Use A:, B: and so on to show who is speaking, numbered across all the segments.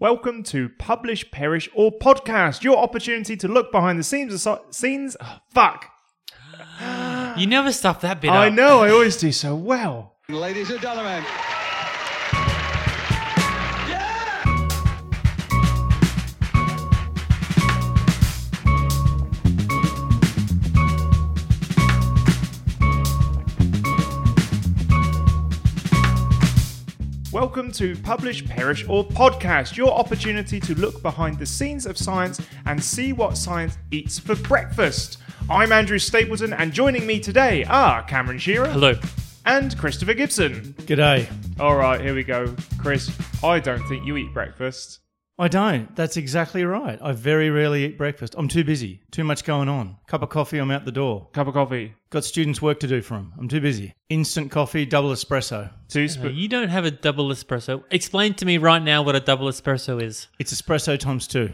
A: Welcome to Publish, Perish, or Podcast, your opportunity to look behind the scenes. Of so- scenes. Oh, fuck.
B: You never stop that bit.
A: I
B: up.
A: know, I always do so well.
C: Ladies and gentlemen.
A: Welcome to Publish, Perish, or Podcast, your opportunity to look behind the scenes of science and see what science eats for breakfast. I'm Andrew Stapleton, and joining me today are Cameron Shearer
B: Hello.
A: and Christopher Gibson.
D: G'day.
A: All right, here we go. Chris, I don't think you eat breakfast.
D: I don't. That's exactly right. I very rarely eat breakfast. I'm too busy. Too much going on. Cup of coffee, I'm out the door.
A: Cup of coffee,
D: Got students' work to do for them. I'm too busy. Instant coffee, double espresso.
A: two spoons.
B: You don't have a double espresso. Explain to me right now what a double espresso is.
D: It's espresso times two.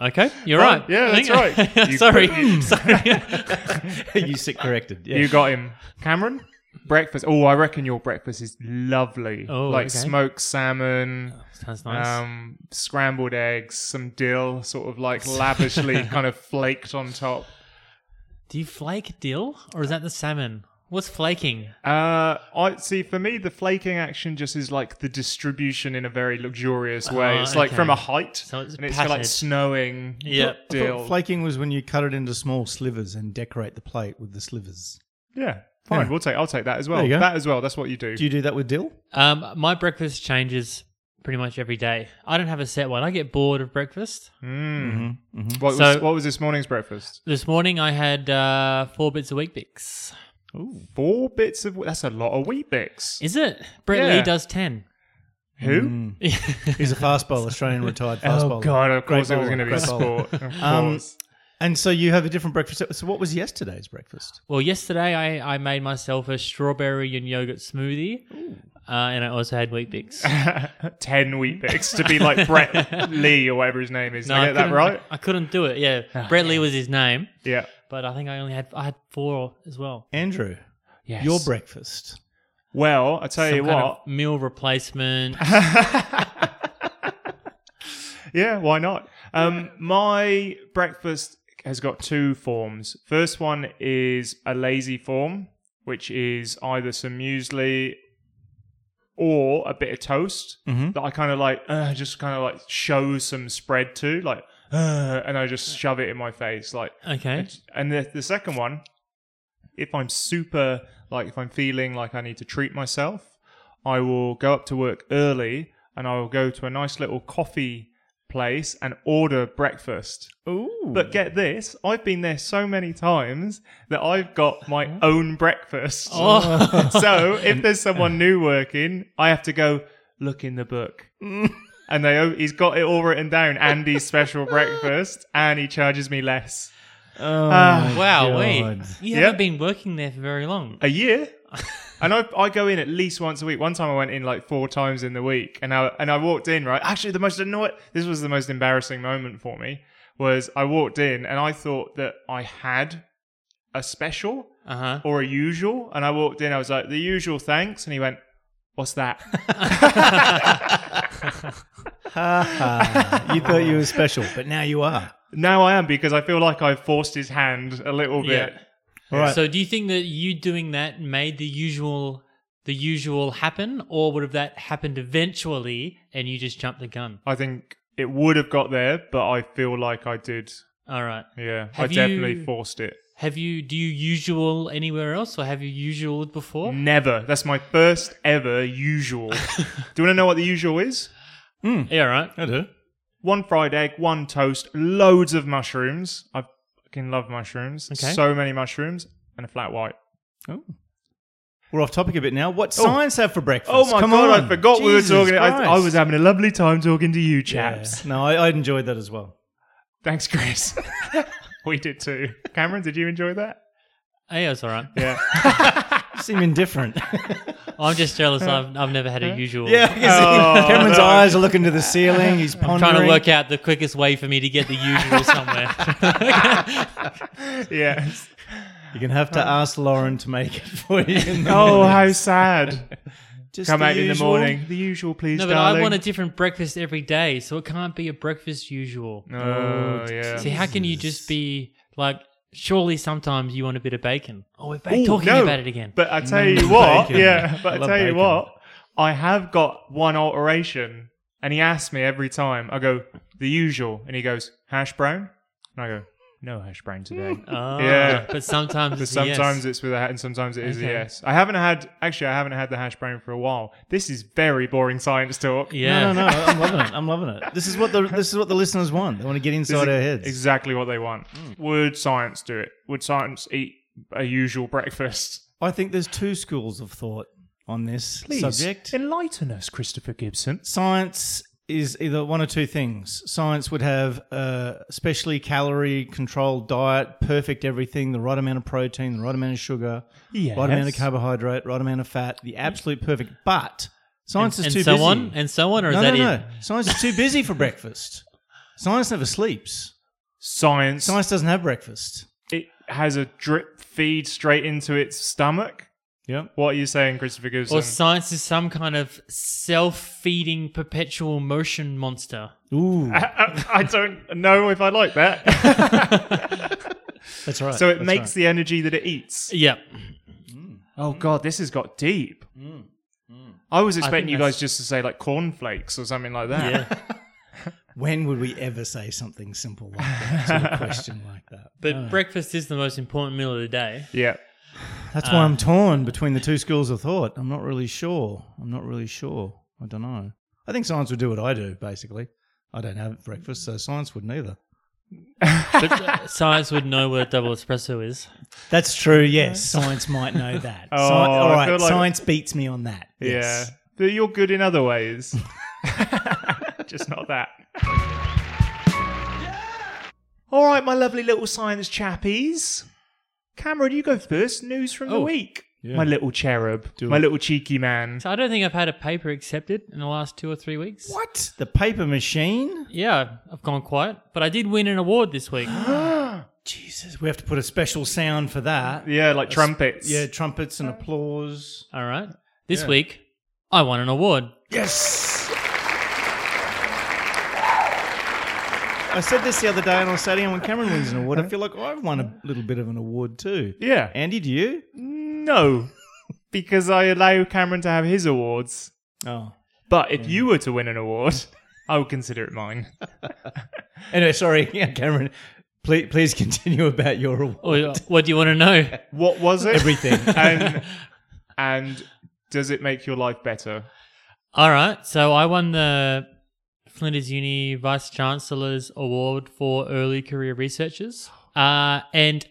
B: Okay, you're right.
A: yeah, that's right. You-
B: sorry, sorry.
D: you sit corrected. Yeah.
A: You got him, Cameron. Breakfast. Oh, I reckon your breakfast is lovely.
B: Oh,
A: like
B: okay.
A: smoked salmon,
B: Sounds nice.
A: um, scrambled eggs, some dill, sort of like lavishly kind of flaked on top.
B: Do you flake dill or is that the salmon? What's flaking?
A: Uh, I see. For me, the flaking action just is like the distribution in a very luxurious way.
B: Ah,
A: it's like
B: okay.
A: from a height,
B: So it's
A: and it's kinda like
B: patted.
A: snowing.
B: Yeah.
D: I thought
A: dill.
D: Flaking was when you cut it into small slivers and decorate the plate with the slivers.
A: yeah, fine.
D: Yeah.
A: We'll take. I'll take that as well.
D: There you go.
A: That as well. That's what you do.
D: Do you do that with dill?
B: Um, my breakfast changes pretty much every day. I don't have a set one. I get bored of breakfast.
A: what,
B: So-
A: was, what was this morning's breakfast?
B: This morning I had uh, four bits of wheat bix.
A: Four bits of. That's a lot of wheat bix.
B: Is it? Brett
A: Yeah.
B: Lee does ten.
A: Who?
D: He's a fast bowler, Australian retired fast bowler.
A: Oh God! Of
D: Great
A: course, it was
D: bowler,
A: going to be
D: great bowler.
A: sport. Of
D: Um,
A: course.
D: And so you have a different breakfast. So what was yesterday's breakfast?
B: Well, yesterday I, I made myself a strawberry and yogurt smoothie, uh, and I also had wheat bix.
A: Ten wheat bix to be like Brett Lee or whatever his name is. Did I get that
B: couldn't-
A: right? Ah,
B: I couldn't do it. Yeah, Brett Lee was his name,
A: Yeah.
B: but I think I only had I had four as well.
D: Andrew,
A: Yes.
D: your breakfast.
A: Well, I tell you
B: Some kind
A: what.
B: of meal replacement.
A: Yeah, why not? Um, my breakfast has got two forms. First one is a lazy form, which is either some muesli or a bit of toast that I kind of like, uh, just kind of like show some spread to, like, uh, and I just shove it in my face, like.
B: okay,
A: And the, the second one, if I'm super, like if I'm feeling like I need to treat myself, I will go up to work early and I will go to a nice little coffee place and order breakfast.
D: Ooh.
A: But get this, I've been there so many times that I've got my own breakfast.
B: Oh,
A: so if there's someone new working, I have to go look in the book. And they, he's got it all written down. Andy's special breakfast, and he charges me less. Ah,
B: wow, wait,
D: God.
B: you
A: Yep.
B: haven't been working there for very long.
A: a year. and I, I go in at least once a week. One time I went in like four times in the week, and I and I walked in right. Actually, the most annoying. This was the most embarrassing moment for me was I walked in and I thought that I had a special
B: Uh huh.
A: or a usual, and I walked in. I was like the usual, thanks. And he went, "What's that?"
D: Ha ha. Ah, You thought you were special, but now you are.
A: now I am because I feel like I've forced his hand a little
B: Yeah.
A: bit.
D: All right.
B: So, do you think that you doing that made the usual the usual happen, or would have that happened eventually and you just jumped the gun?
A: I think it would have got there, but I feel like I did.
B: All right.
A: Yeah, I
B: Have you-
A: definitely forced it.
B: Have you do you usual anywhere else, or have you usual before?
A: Never. That's my first ever usual. Do you want to know what the usual is?
B: Yeah, all right.
D: I do.
A: One fried egg, one toast, loads of mushrooms. I fucking love mushrooms.
B: Okay.
A: So many mushrooms and a flat white.
D: Oh. We're off topic a bit now. What science have for breakfast?
A: Oh my
D: Come
A: god,
D: on.
A: I forgot we were
D: Jesus
A: talking. I,
D: Christ.
A: I was having a lovely time talking to you,
D: Yeah.
A: chaps.
D: No, I, I enjoyed that as well.
A: Thanks, Chris. we did too. Cameron, did you enjoy that?
B: Oh, yeah, it's all right.
A: Yeah.
D: You seem indifferent.
B: I'm just jealous. I've I've never had a usual.
D: yeah, because
A: Oh,
D: Cameron's
A: no.
D: eyes are looking to the ceiling. He's pondering.
B: Trying to work out the quickest way for me to get the usual somewhere.
A: Yes.
D: You're gonna have to ask Lauren to make it for you. in the
A: Oh,
D: morning.
A: how sad.
D: Just
A: Come out in the
D: usual.
A: morning. The usual, please,
B: No, but
A: darling.
B: I want a different breakfast every day, so it can't be a breakfast usual.
A: Oh, yeah.
B: See, how can you just be like? Surely sometimes you want a bit of bacon. Oh, we're back
A: Ooh,
B: talking
A: no,
B: about it again.
A: But I tell
D: Mm,
A: you what,
D: bacon.
A: yeah.
D: I
A: But I,
D: love
A: tell you
D: bacon.
A: what, I have got one alteration, and he asks me every time. I go the usual, and he goes hash brown, and I go no hash brown today.
B: Ah,
A: Yeah.
B: but sometimes
A: But
B: it's a yes.
A: sometimes it's with a hat and sometimes it is
B: Okay.
A: a yes. I haven't had actually I haven't had the hash brown for a while. This is very boring science talk.
B: yeah.
D: No, no, no. I'm loving it. I'm loving it. This is what the this is what the listeners want. They want to get
A: This is
D: inside our heads.
A: Exactly what they want.
B: Hmm.
A: Would science do it? Would science eat a usual breakfast?
D: I think there's two schools of thought on this subject.
A: enlighten us, Christopher Gibson.
D: Science is either one or two things. Science would have a specially calorie controlled diet, perfect everything, the right amount of protein, the right amount of sugar,
A: Yes.
D: right amount of carbohydrate, right amount of fat, the absolute perfect. But science
B: and
D: is too
B: so
D: busy.
B: on and so on, or
D: no,
B: is that
D: no,
B: it?
D: no. Science is too busy for breakfast. Science never sleeps.
A: Science,
D: Science doesn't have breakfast.
A: it has a drip feed straight into its stomach.
D: Yep.
A: What are you saying, Christopher Gibson?
B: Or science is some kind of self-feeding perpetual motion monster.
D: Ooh,
A: I, I don't know if I like that.
D: that's right.
A: so it
D: that's
A: makes
D: right.
A: the energy that it eats.
B: Yep.
A: Oh god, this has got deep. I was expecting you
B: that's-
A: guys just to say like cornflakes or something like that.
B: Yeah.
D: When would we ever say something simple like that to a question like that?
B: But breakfast is the most important meal of the day.
A: Yeah.
D: That's why I'm torn between the two schools of thought. I'm not really sure. I'm not really sure. I don't know. I think science would do what I do, basically. I don't have breakfast, so science wouldn't either.
B: But uh, science would know what a double espresso is.
D: That's true, yes. Science might know that.
A: Oh, all I right, feel like- science
D: beats me on that.
A: Yeah. But you're good in other ways. Just not that. All right, my lovely little science chappies. Cameron, you go first. News from the
D: Oh,
A: week.
D: yeah.
A: My little cherub.
D: Do
A: my
D: it.
A: little cheeky man.
B: So I don't think I've had a paper accepted in the last two or three weeks.
D: What? The paper machine?
B: Yeah, I've gone quiet. But I did win an award this week.
D: Jesus, we have to put a special sound for that.
A: Yeah, like trumpets.
D: Yeah, trumpets and applause.
B: All right. This week, I won an award.
D: Yes. I said this the other day on our Saturday, and when Cameron wins an award, I feel like I've won a little bit of an award too.
A: Yeah.
D: Andy, do you?
A: No. because I allow Cameron to have his awards.
D: Oh.
A: But if you were to win an award, I would consider it mine.
D: Anyway, sorry, yeah, Cameron. Please, please continue about your award.
B: Oh, yeah. What do you want to know?
A: What was it?
D: Everything.
A: and and does it make your life better?
B: All right. So I won the Flinders Uni Vice Chancellor's Award for Early Career Researchers. Uh, and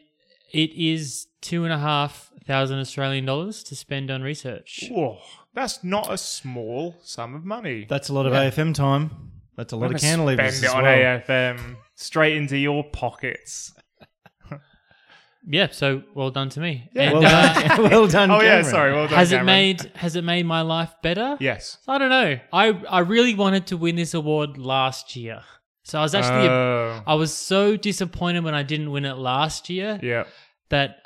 B: it is two and a half thousand Australian dollars to spend on research.
A: Whoa, that's not a small sum of money.
D: That's a lot of AFM time. That's a lot
A: Gonna
D: of cantilevers as
A: Spend it on
D: well.
A: AFM straight into your pockets.
B: Yeah. So well done to me.
A: Yeah.
B: And,
D: Well
B: uh,
D: done, well done
A: Oh yeah,
D: Cameron.
A: sorry. Well done,
B: has it
A: Cameron.
B: made has it made my life better?
A: Yes.
B: I don't know. I I really wanted to win this award last year. So I was actually
A: Oh,
B: I was so disappointed when I didn't win it last year
A: yeah.
B: that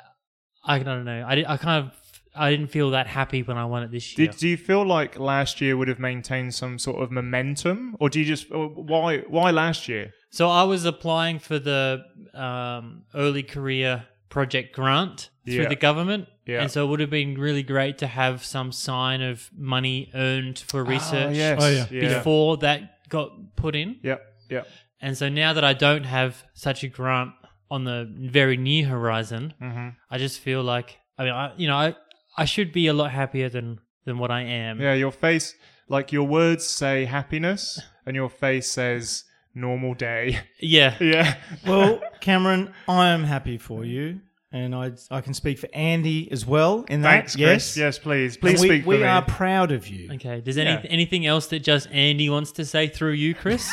B: I don't know. I, di- I kind of I didn't feel that happy when I won it this year.
A: Did, do you feel like last year would have maintained some sort of momentum, or do you just or why why last year?
D: Ah,
B: so I was applying for the um, early career project grant through
A: Yeah.
B: the government.
A: Yeah.
B: And so it would have been really great to have some sign of money earned for research
A: Oh, yes.
D: Oh, yeah.
A: yeah.
B: before that got put in.
A: Yeah. Yeah.
B: And so now that I don't have such a grant on the very near horizon,
A: Mm-hmm.
B: I just feel like I mean, I, you know, I I should be a lot happier than than what I am.
A: Yeah, your face, like your words say happiness, and your face says normal day.
B: Yeah.
A: yeah.
D: Well, Cameron, I am happy for you, and I I can speak for Andy as well. In that,
A: Thanks,
D: yes,
A: Chris. Yes, please.
D: And
A: Please
D: we,
A: speak for
D: we
A: me.
D: are proud of you.
B: Okay. Does any
A: Yeah.
B: anything else that just Andy wants to say through you, Chris?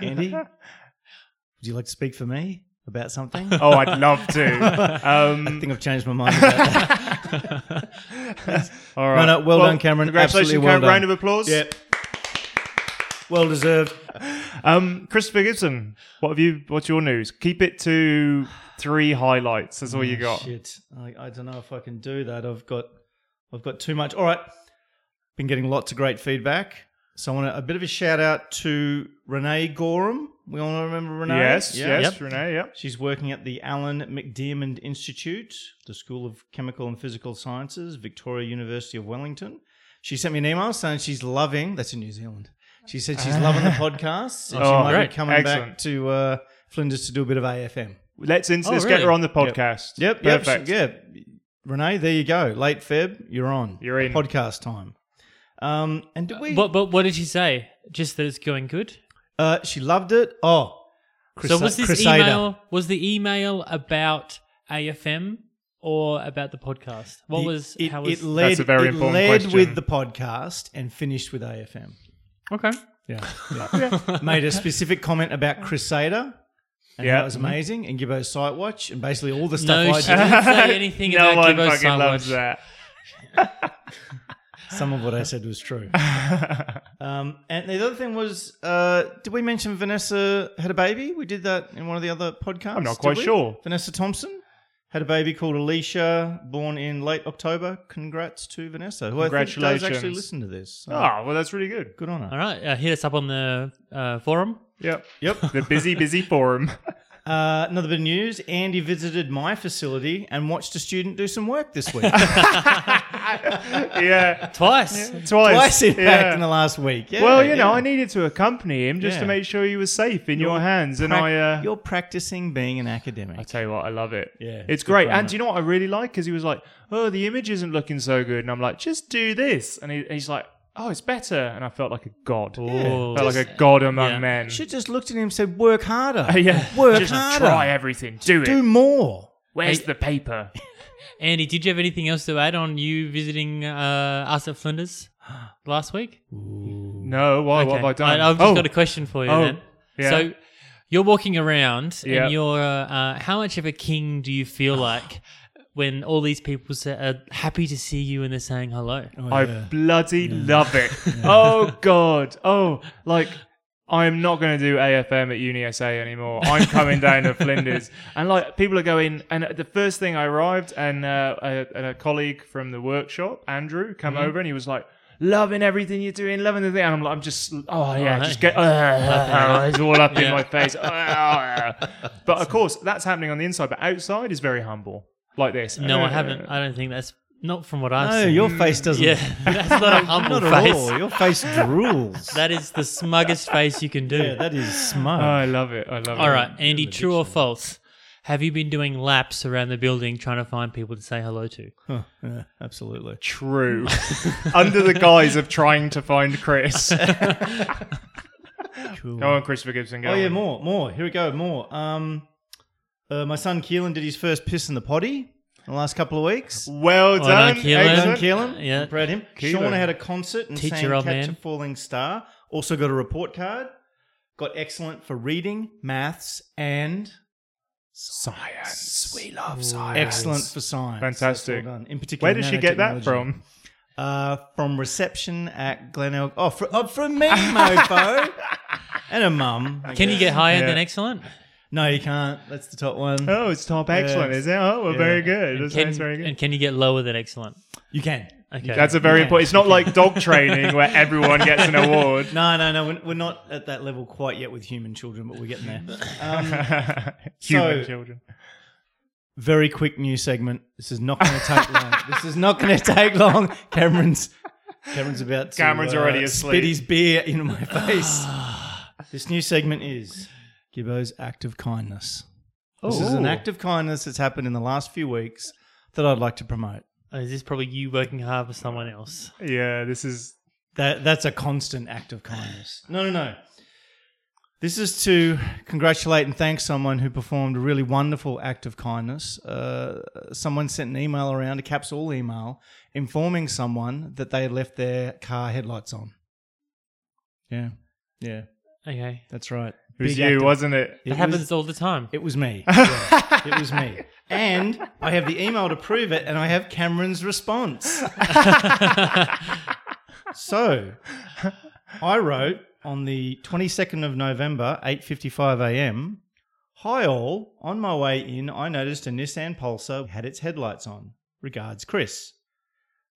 D: Andy, would you like to speak for me about something?
A: oh, I'd love to.
D: I
A: Um,
D: think I've changed my mind. About that.
A: all right.
D: no, well done, Cameron.
A: Congratulations,
D: Absolutely well
A: Cameron. Round of
D: done.
A: applause.
D: well deserved.
A: Um, Christopher Gibson, what have you? What's your news? Keep it
D: Oh,
A: to three highlights. That's all you got.
D: Shit, I, I don't know if I can do that. I've got I've got too much. All right. Been getting lots of great feedback. So I want a, a bit of a shout out to Renee Gorham. We all remember Renee?
A: Yes,
D: Yeah.
A: yes,
B: Yep.
A: Renee, yep.
D: She's working at the Alan McDiarmid Institute, the School of Chemical and Physical Sciences, Victoria University of Wellington. She sent me an email saying she's loving, that's in New Zealand. She said
B: Ah.
D: she's loving the podcast. And she
A: Oh,
D: might
A: great.
D: be coming
A: Excellent.
D: back to uh, Flinders to do a bit of AFM.
A: Let's in,
B: Oh,
A: let's get
B: really?
A: her on the podcast.
D: Yep, yep,
A: perfect.
D: Yep. Renee, there you go. Late Feb, you're on.
A: You're in.
D: Podcast time. Um, and did we?
B: Uh, But but what did she say? Just that it's going good.
D: uh, she loved it. Oh,
B: so
D: Crus-
B: was this
D: Crusader.
B: email was the email about AFM or about the podcast? What
D: The-
B: was
D: it,
B: how was
D: it led,
A: That's a very
D: it
A: important
D: led
A: question.
D: with the podcast and finished with AFM.
B: okay?
D: Yeah. Made a specific comment about Crusader. And
A: Yeah. Mm-hmm.
D: That was amazing. And Gibbo's Sight Watch and basically all the stuff
B: No,
D: I
B: she
D: did.
B: didn't say anything
A: no
B: about
A: one
B: Gibbo's
A: fucking
B: Star
A: loves
B: Watch.
A: that.
D: Some of what I said was true. um, and the other thing was, uh, did we mention Vanessa had a baby? We did that in one of the other podcasts.
A: I'm not
D: did
A: quite
D: we?
A: sure.
D: Vanessa Thompson had a baby called Alicia, born in late October. Congrats to Vanessa, who I think does actually
A: Congratulations.
D: listen to this. So,
A: Oh, well, that's really good.
D: Good on her.
B: All right, uh, hit us up on the uh, forum.
A: Yep.
D: Yep.
A: The busy, busy forum.
D: Uh, another bit of news. Andy visited my facility and watched a student do some work this week.
A: yeah.
B: Twice.
A: Twice.
D: Twice, in fact,
A: Yeah.
D: in the last week. Yeah,
A: well, you
D: yeah.
A: know, I needed to accompany him just
D: Yeah.
A: to make sure he was safe in your
D: You're
A: hands, and
D: Prac-
A: I. Uh,
D: You're practicing being an
A: I
D: academic.
A: tell you what, I love it.
D: Yeah,
A: it's,
D: it's good
A: great.
D: fun,
A: And do you know what I really like? Because he was like, "Oh, the image isn't looking so good," and I'm like, "Just do this," and, he, and he's like, "Oh, it's better," and I felt like a god.
D: Oh.
B: Ooh.
A: felt like a god among
B: yeah.
A: men.
D: Should just looked at him and said, "Work harder.
A: yeah,
D: Work
A: just
D: harder.
A: try everything. Do it.
D: Do more."
A: Where's the paper?
B: Andy, did you have anything else to add on you visiting uh, us at Flinders last week?
A: No, why? What have I done?
B: have just
A: oh,
B: got a question for you
A: Oh,
B: then.
A: yeah.
B: So you're walking around
A: Yeah.
B: and you're, uh, how much of a king do you feel like when all these people say, are happy to see you and they're saying hello?
D: Oh,
A: I bloody love it. Oh god. Oh, like I'm not going to do AFM at UniSA anymore. I'm coming down to Flinders, and like people are going. And uh, the first thing I arrived, and uh, a, a colleague from the workshop, Andrew, come
B: Mm-hmm.
A: over, and he was like. Loving everything you're doing, loving the thing, and I'm like, I'm just, oh yeah,
B: Oh,
A: just get, uh, it's all up in
B: Yeah.
A: my face. but of course, that's happening on the inside, but outside is very humble, like this.
B: No, I
A: Uh,
B: haven't. I don't think that's, not from what I've
D: No,
B: seen.
D: your face
A: Mm,
D: doesn't.
B: yeah, that's not a humble
D: Not at
B: face.
D: all. Your face drools.
B: That is the smuggest face you can do.
D: yeah, that is smug.
A: Oh, I love it. I love it.
B: All right, Andy, true or false? Have you been doing laps around the building trying to find people to say hello to?
D: Yeah,
A: Uh,
D: absolutely.
A: true under the guise of trying to find Chris.
D: Cool.
A: go on, Christopher Gibson. Go
D: Oh yeah,
A: on.
D: more, more. Here we go, more. Um, uh, my son Keelan did his first piss in the potty in the last couple of weeks.
A: Well
B: Well done,
A: done,
B: Oh, Keelan.
D: Done,
A: excellent.
D: Keelan.
B: Yeah.
D: I'm proud of him.
A: Keelan.
D: Shauna had a concert and
B: Teacher
D: sang
B: old
D: "Catch
B: man.
D: a Falling Star." Also got a report card. Got excellent for reading, maths, and
A: Science. We love science.
D: excellent for science.
A: Fantastic.
D: That's well done. In particular,
A: Where did she get that
D: nanotechnology.
A: from?
D: Uh, from reception at Glenelg. Oh, fr- oh from me, mofo, and a mum. I
B: Can you
D: guess.
B: get higher
A: Yeah.
B: than excellent?
D: No, you can't. That's the top one.
A: Oh, it's top excellent,
D: Yeah.
A: is it? Oh, well,
D: Yeah.
A: very good. That
B: Can,
A: sounds very good.
B: And can you get lower than excellent?
D: You can.
B: Okay.
A: That's a very
D: Yeah.
A: important. It's not like dog training where everyone gets an award.
D: No, no, no. We're, we're not at that level quite yet with human children, but we're getting there. Um,
B: Mm.
A: Human
D: So-
A: children.
D: very quick new segment. This is not going to take long. This is not going to take long. Cameron's Cameron's about to, uh,
A: Cameron's already asleep.
D: Spit his beer into my face. this new segment is Gibbo's act of kindness. This is an
A: Ooh.
D: act of kindness that's happened in the last few weeks that I'd like to promote.
B: Oh, Is this probably you working hard for someone else?
A: Yeah, this is.
D: That that's a constant act of kindness. No, no, no. This is to congratulate and thank someone who performed a really wonderful act of kindness. Uh, someone sent an email around, a caps all email, informing someone that they had left their car headlights on. Yeah, yeah,
B: Okay.
D: that's right.
A: It was
D: Big act
A: you,
D: of-
A: wasn't it?
B: That
D: was-
B: happens all the time.
D: it was me. Yeah, it was me. And I have the email to prove it, and I have Cameron's response. so I wrote on the 22nd of November, 8:55 a.m. Hi all, on my way in, I noticed a Nissan Pulsar had its headlights on. Regards, Chris.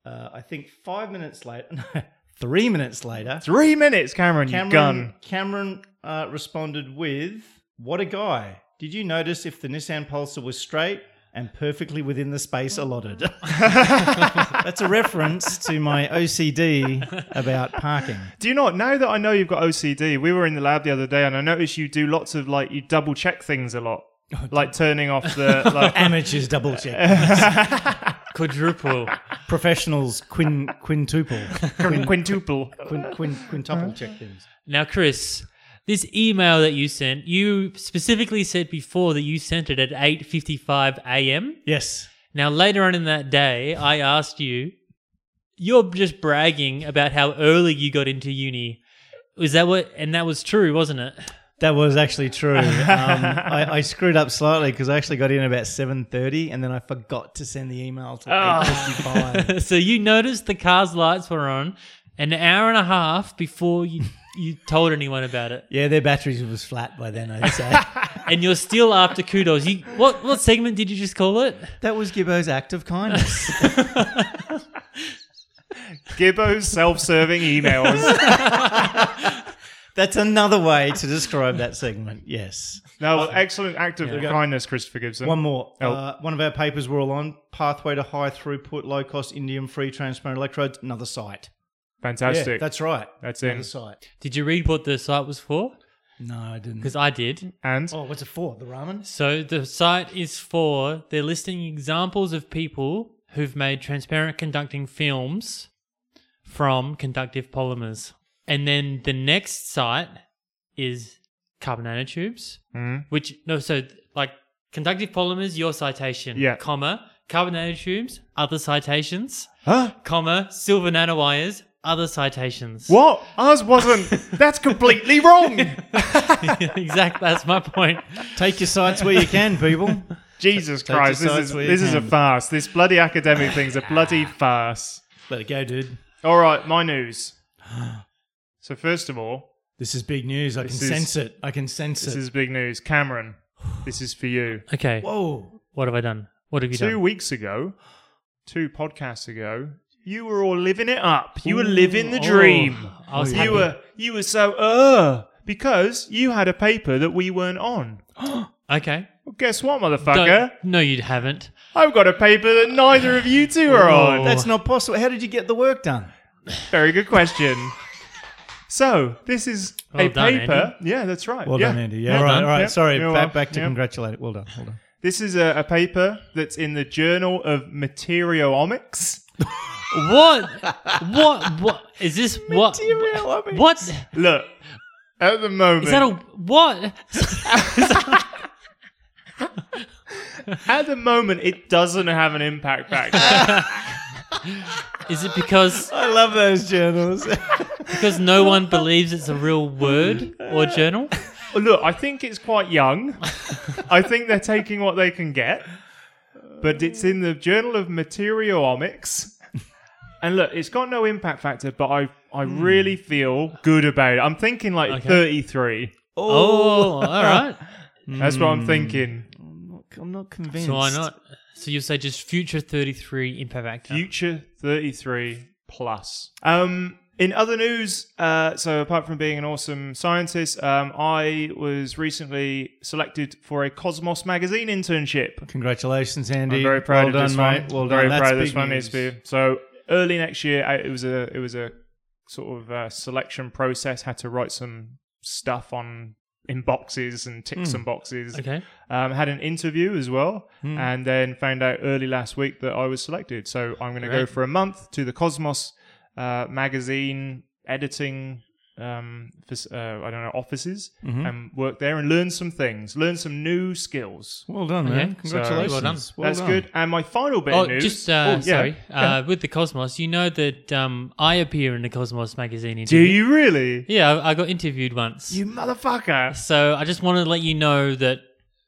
D: Uh, I think five minutes later, no, three minutes later,
A: Three minutes, Cameron, you
D: Cameron,
A: gun.
D: Cameron uh, responded with, What a guy. Did you notice if the Nissan Pulsar was straight and perfectly within the space allotted? That's a reference to my OCD about parking.
A: Do you not? Now that I know you've got OCD, we were in the lab the other day, and I noticed you do lots of like you double check things a lot,
D: Oh,
A: like turning off the like.
D: Amateurs double check.
B: Quadruple.
D: Professionals quin, quintuple.
A: Quin- quintuple.
D: Quin, quin, quintuple check things.
B: now, Chris, this email that you sent, you specifically said before that you sent it at 8.55 a.m.
D: Yes.
B: Now, later on in that day, I asked you, you're just bragging about how early you got into uni. Was that what? And that was true, wasn't it?
D: That was actually true. Um, I, I screwed up slightly because I actually got in about seven thirty, and then I forgot to send the email to
A: Oh.
D: eight fifty-five.
B: so you noticed the car's lights were on an hour and a half before you you told anyone about it,
D: yeah, their batteries was flat by then. I'd say
B: and you're still after kudos. You what what segment did you just call it?
D: that was Gibbo's act of kindness.
A: Gibbo's self-serving emails.
D: That's another way to describe that segment. Yes.
A: No, excellent act of kindness, Christopher Gibson.
D: One more.
A: Oh.
D: Uh, one of our papers were all on pathway to high throughput, low cost indium free transparent electrodes. Another site. Yeah,
A: Fantastic.
D: that's right.
A: that's
D: Another
A: in.
D: site.
B: Did you read what the site was for?
D: No, I didn't.
B: Because I did.
A: And
D: Oh, what's it for? The ramen?
B: So the site is for they're listing examples of people who've made transparent conducting films from conductive polymers. And then the next site is carbon nanotubes,
A: Mm.
B: which no, so like conductive polymers, your citation,
A: Yeah.
B: comma, carbon nanotubes, other citations,
A: huh?
B: comma, silver nanowires, other citations.
A: What? Ours wasn't. That's completely wrong.
B: exactly, that's my point.
D: Take your sites where you can, people.
A: Jesus
D: Take your
A: Christ, this
D: sides
A: is
D: where you
A: this is a
D: can.
A: farce. This bloody academic thing's a bloody
D: Ah.
A: farce.
D: Let it go, dude.
A: All right, my news. So first of all,
D: This is big news. I
A: This is-
D: can sense it. I can sense
A: this
D: it.
A: is big news, Cameron. This is for you.
B: Okay,
D: Whoa.
B: what have I done? What have you
A: Two
B: done?
A: weeks ago, two podcasts ago, you were all living it up. You were living the dream.
B: Oh, I was
A: you
B: happy.
A: were you were so uh because you had a paper that we weren't on.
B: Okay.
A: Well, guess what, motherfucker?
B: Don't- No, you haven't.
A: I've got a paper that neither of you two are
B: Whoa.
A: on.
D: That's not possible. How did you get the work done?
A: Very good question. So this is a
B: Well done,
A: paper. Yeah, that's right.
D: Well
A: yeah.
D: done, Andy. Yeah,
A: Well
D: all right,
A: done.
D: all right.
A: Yeah.
D: Sorry,
A: You're
D: back,
A: welcome.
D: back to
A: Yeah.
D: congratulate it. Well done. Well done.
A: This is a, a paper that's in the Journal of Materialomics.
B: What? what? What is this? What?
D: Materialomics.
B: What?
A: Look, at the moment,
B: Is that a what?
A: at the moment, it doesn't have an impact factor.
B: Is it because
D: I love those journals.
B: because no one believes it's a real word or journal?
A: Well, Look, I think it's quite young. I think they're taking what they can get. But it's in the Journal of Materialomics. And look, it's got no impact factor, but I I really feel good about it. I'm thinking like
B: Hmm. Okay.
A: 33.
B: Oh, all right.
A: That's what
B: Hmm.
A: I'm thinking.
D: I'm not, I'm not convinced.
B: So why not? So you'll say just future thirty-three impact actor.
A: Future 33 plus. Um, in other news, uh, so apart from being an awesome scientist, um, I was recently selected for a Cosmos magazine internship.
D: Congratulations, Andy.
A: I'm very proud
D: well
A: of
D: done,
A: this
D: mate.
A: one.
D: Well
A: very
D: done.
A: proud of
D: That's
A: this one. It's
D: big
A: been- So early next year, I, it was a it was a sort of uh selection process. Had to write some stuff on in boxes and tick some boxes.
B: Okay.
A: Um, had an interview as well,
B: Hmm.
A: and then found out early last week that I was selected. So I'm going to go
B: Great.
A: for a month to the Cosmos uh, magazine editing. Um, fac- uh, I don't know offices
B: Mm-hmm.
A: and work there and learn some things, learn some new skills.
D: Well done,
B: Okay.
D: man. Congratulations.
B: Well done.
A: That's
D: done.
A: good. And my final bit
B: Oh,
A: of news.
B: just
A: Oh,
B: uh,
A: yeah.
B: sorry. Uh, with the Cosmos, you know that um, I appear in the Cosmos magazine.
A: Do
B: Interview.
A: you really?
B: Yeah, I, I got interviewed once.
A: You motherfucker.
B: So I just wanted to let you know that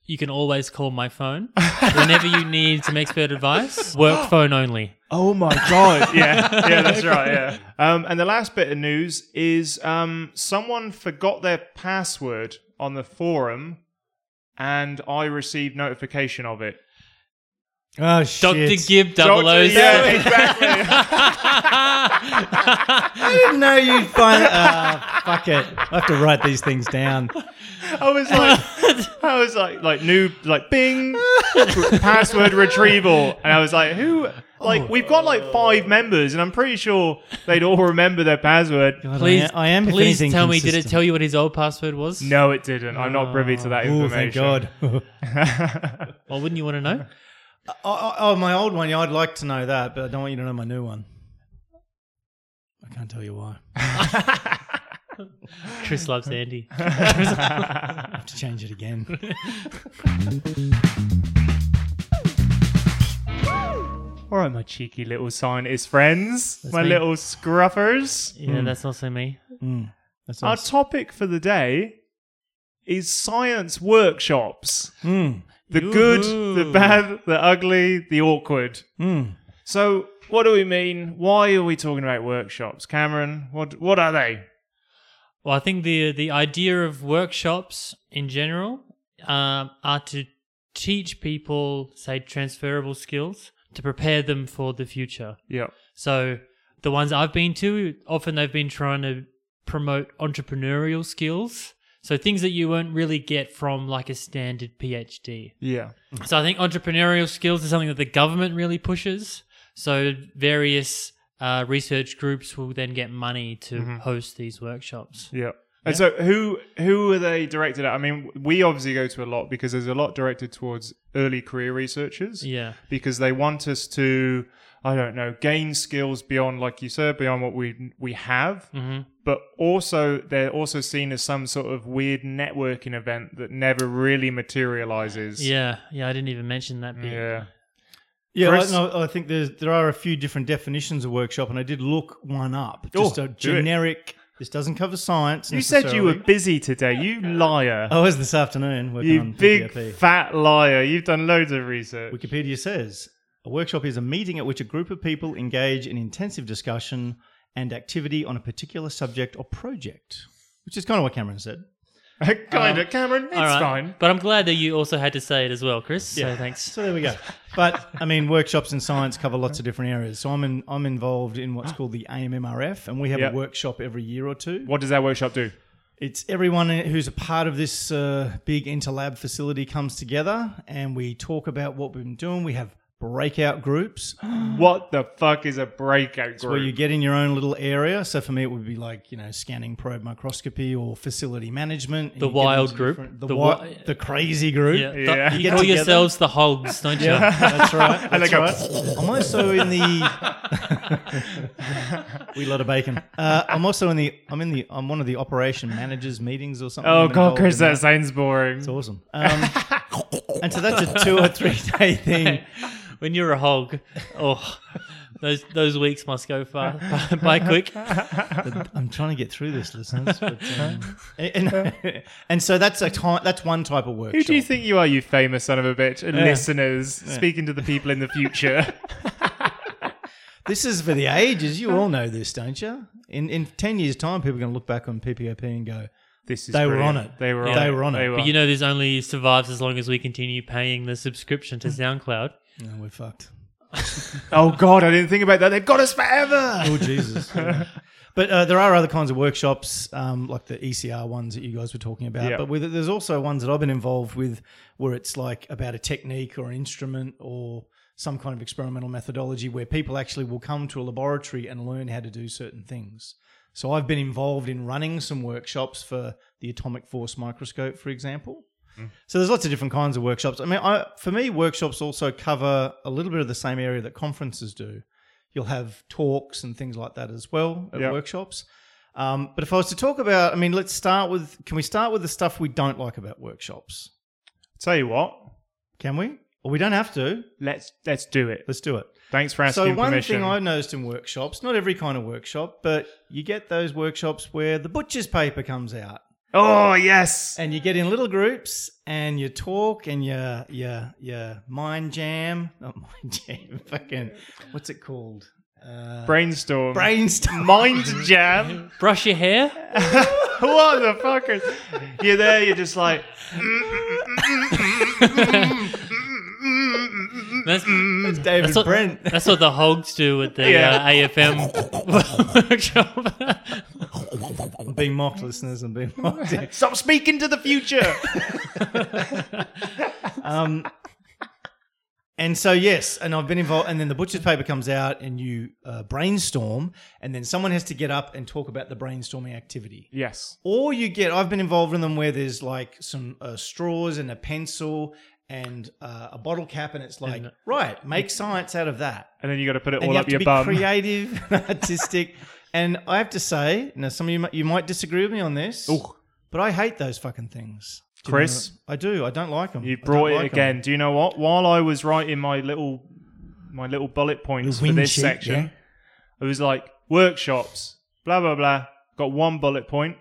B: you can always call my phone whenever you need some expert advice. Work phone only.
A: Oh my god. yeah. Yeah, that's right. Yeah. Um, and the last bit of news is um, someone forgot their password on the forum and I received notification of it.
D: Oh shit!
B: Dr. Gibb 007.
A: yeah, exactly.
D: I didn't know you'd find. Uh, fuck it. I have to write these things down.
A: I was like, I was like, like new, like Bing password retrieval, and I was like, who? Like we've got like five members, and I'm pretty sure they'd all remember their password.
B: Please,
D: I am. if
B: please
D: anything,
B: tell me, did it
D: consistent.
B: tell you what his old password was?
A: No, it didn't. I'm not privy to that
D: Oh,
A: information.
D: thank God. oh,
B: Well, wouldn't you want to know?
D: oh, oh, my old one. Yeah, I'd like to know that, but I don't want you to know my new one. I can't tell you why. I
B: Chris loves Andy.
D: Hmm. have to change it again.
A: All right, my cheeky little scientist friends, my
B: me.
A: little scruffers.
B: Yeah, that's also me.
D: That's
A: Our
D: nice.
A: topic for the day is science workshops.
D: Mm.
A: The good, the
B: Hmm. Yoo-hoo. Hmm.
A: bad, the ugly, the awkward.
D: Mm.
A: So, what do we mean? Why are we talking about workshops, Cameron? What what are they?
B: Well, I think the the idea of workshops in general um, are to teach people, say, transferable skills to prepare them for the future.
A: Yeah,
B: So the ones I've been to, often they've been trying to promote entrepreneurial skills. So things that you won't really get from like a standard PhD.
A: yeah,
B: So I think entrepreneurial skills is something that the government really pushes. So various uh, research groups will then get money to
A: Mm-hmm.
B: host these workshops.
A: yeah. And so, who who are they directed at? I mean, we obviously go to a lot because there's a lot directed towards early career researchers.
B: Yeah.
A: because they want us to i don't know gain skills beyond like you said beyond what we we have
D: Mm-hmm.
A: but also they're also seen as some sort of weird networking event that never really materializes
B: Yeah. Yeah. I didn't even mention that bit.
A: yeah
D: Yeah,
A: Chris?
D: I, no, I think there's, there are a few different definitions of workshop, and I did look one up.
A: Oh,
D: Just
A: do
D: a
A: it.
D: generic. This doesn't cover science.
A: you said you were
D: necessarily.
A: busy today you liar
D: I was this afternoon working
A: you
D: on
A: big
D: PPFE.
A: fat liar you've done loads of research
D: E. Wikipedia says a workshop is a meeting at which a group of people engage in intensive discussion and activity on a particular subject or project, which is kind of what Cameron said.
A: kind of cameron it's
B: All right.
A: fine
B: But I'm glad that you also had to say it as well, Chris. So thanks.
D: So there we go. But I mean, workshops in science cover lots of different areas. So I'm in, I'm involved in
A: Ah.
D: what's called the AMMRF, and we have
A: Yep.
D: a workshop every year or two.
A: what does that workshop do
D: It's everyone who's a part of this uh, big interlab facility comes together, and we talk about what we've been doing. We have breakout groups
A: what the fuck is a breakout
D: where you
A: group
D: get in your own little area. So for me, it would be like you know scanning probe microscopy or facility management. and
B: The
D: you get
B: wild
D: into
B: group.
D: different- the,
B: The
D: wi-
B: wi-
D: the crazy group.
B: Yeah.
A: Yeah.
B: You
A: Get
B: call
D: together.
B: yourselves the hogs, don't you?
D: That's right. That's
A: And they go,
D: right. I'm also in the. we lot of bacon. Uh, I'm also in the. I'm in the. I'm one of the operation managers meetings or something.
A: oh god
D: I'm involved
A: chris
D: in that.
A: that sounds boring
D: It's awesome. Um, and so that's a two or three day thing.
B: When you're a hog, oh, those those weeks must go far by quick.
D: I'm trying to get through this, listeners. But, um, and, and so that's a time. That's one type of workshop.
A: Who do you think you are, you famous son of a bitch? And listeners, speaking to the people in the future.
D: This is for the ages. You all know this, don't you? In in ten years' time, people are going to look back on PPOP and go,
A: this is
D: They were
A: brilliant.
D: on it.
A: They were
D: Yeah.
A: on
D: They
A: it.
D: were on it.
A: They were.
B: But you know, this only survives as long as we continue paying the subscription to SoundCloud.
D: "No, we're fucked."
A: oh god, I didn't think about that. They've got us forever.
D: Oh Jesus! Yeah. But uh, there are other kinds of workshops, um, like the ECR ones that you guys were talking about.
A: Yeah.
D: But with, there's also ones that I've been involved with, where it's like about a technique or an instrument or some kind of experimental methodology, where people actually will come to a laboratory and learn how to do certain things. So I've been involved in running some workshops for the atomic force microscope, for example. So there's lots of different kinds of workshops. I mean, I, for me, workshops also cover a little bit of the same area that conferences do. You'll have talks and things like that as well at
A: Yeah.
D: workshops. Um, but if I was to talk about, I mean, let's start with. Can we start with the stuff we don't like about workshops?
A: Tell you what,
D: Can we? Well, we don't have to.
A: let's let's do it.
D: Let's do it.
A: Thanks for asking
D: So one
A: permission.
D: thing I noticed in workshops, not every kind of workshop, but you get those workshops where the butcher's paper comes out.
A: oh yes.
D: and you get in little groups and you talk and you you you mind jam not mind jam fucking what's it called uh,
A: Brainstorm.
D: brainstorm
A: Mind jam.
B: Brush your hair.
A: what the fuckers? You're there, you're just like
B: That's,
D: It's David
B: that's what,
D: Mm, Brent.
B: that's what the hogs do at the
A: Yeah.
B: uh, AFM workshop.
D: I'm being mocked, listeners. I'm being mocked.
A: Stop speaking to the future.
D: Um, and so yes, and I've been involved. And then the butcher's paper comes out, and you uh, brainstorm, and then someone has to get up and talk about the brainstorming activity.
A: yes.
D: Or you get, I've been involved in them where there's like some uh, straws and a pencil and uh, a bottle cap, and it's like, right, make science out of that.
A: And then you got to put it
D: And
A: all
D: you have
A: up
D: to
A: your
D: be
A: bum.
D: creative and artistic. and I have to say, now some of you might, you might disagree with me on this,
A: Ooh.
D: but I hate those fucking things. Do you
A: Chris?
D: know- I do. I don't like them.
A: You brought it again. Do you know what? While I was writing my little my little bullet points for
D: wing
A: this
D: sheet,
A: section,
D: yeah.
A: it was like workshops, blah blah blah. Got one bullet point,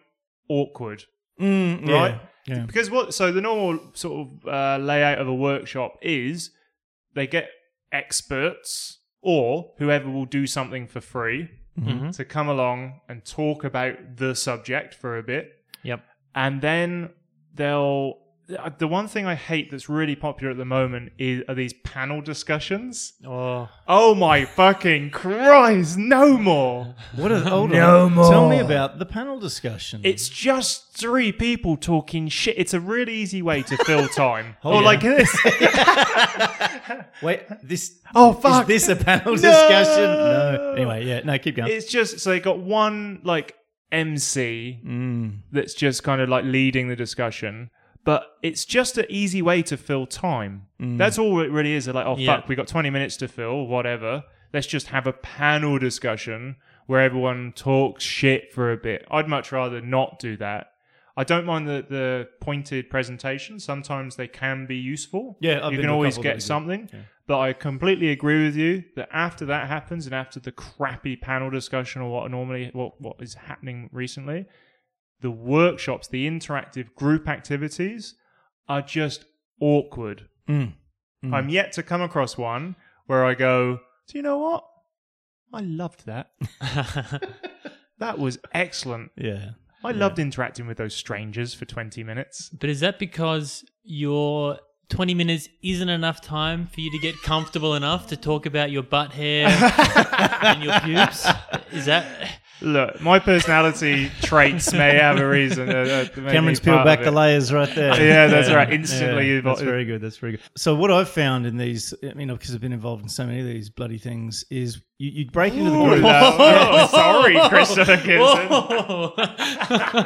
A: awkward,
D: Mm, yeah.
A: right?
D: Yeah.
A: Because what? So the normal sort of uh, layout of a workshop is they get experts or whoever will do something for free
B: Mhm.
A: to come along and talk about the subject for a bit
B: Yep.
A: and then they'll uh, the one thing I hate that's really popular at the moment is are these panel discussions.
B: Oh,
A: Oh my fucking Christ, no more.
D: What are, hold
A: No
D: on. Tell me
A: more.
D: about the panel discussion.
A: It's just three people talking shit. It's a really easy way to fill time. or
D: on.
A: like this.
D: wait. This
A: oh fuck.
D: is this a panel
A: No.
D: discussion? No. Anyway, yeah. No, keep going.
A: it's just so they got one like MC
D: Mm.
A: that's just kind of like leading the discussion. But it's just an easy way to fill time. That's all it really is. They're like, oh
B: Yeah.
A: fuck, we got 20 minutes to fill, whatever. Let's just have a panel discussion where everyone talks shit for a bit. I'd much rather not do that. I don't mind the, the pointed presentation. Sometimes they can be useful.
D: Yeah, I've
A: you can
D: been to a
A: always
D: couple that
A: get
D: do.
A: something. But I completely agree with you that after that happens and after the crappy panel discussion or what normally what, what is happening recently, the workshops, the interactive group activities are just awkward.
D: Mm.
A: I'm yet to come across one where I go, Do you know what? I loved that. That was excellent.
D: Yeah.
A: I loved interacting with those strangers for 20 minutes.
B: but is that because your 20 minutes isn't enough time for you to get comfortable enough to talk about your butt hair and your pubes? Is that.
A: Look, my personality traits may have a reason. Uh, uh, may
D: Cameron's
A: be
D: peeled
A: part
D: back
A: of
D: the
A: it.
D: layers right there.
A: Yeah, that's right. Instantly you've
D: that's
A: got-
D: very good. That's very good. So what I've found in these, I mean, because I've been involved in so many of these bloody things, is you, you break into the
A: Ooh,
D: group.
A: no. Oh, sorry, Christopher Kinson.
B: Whoa.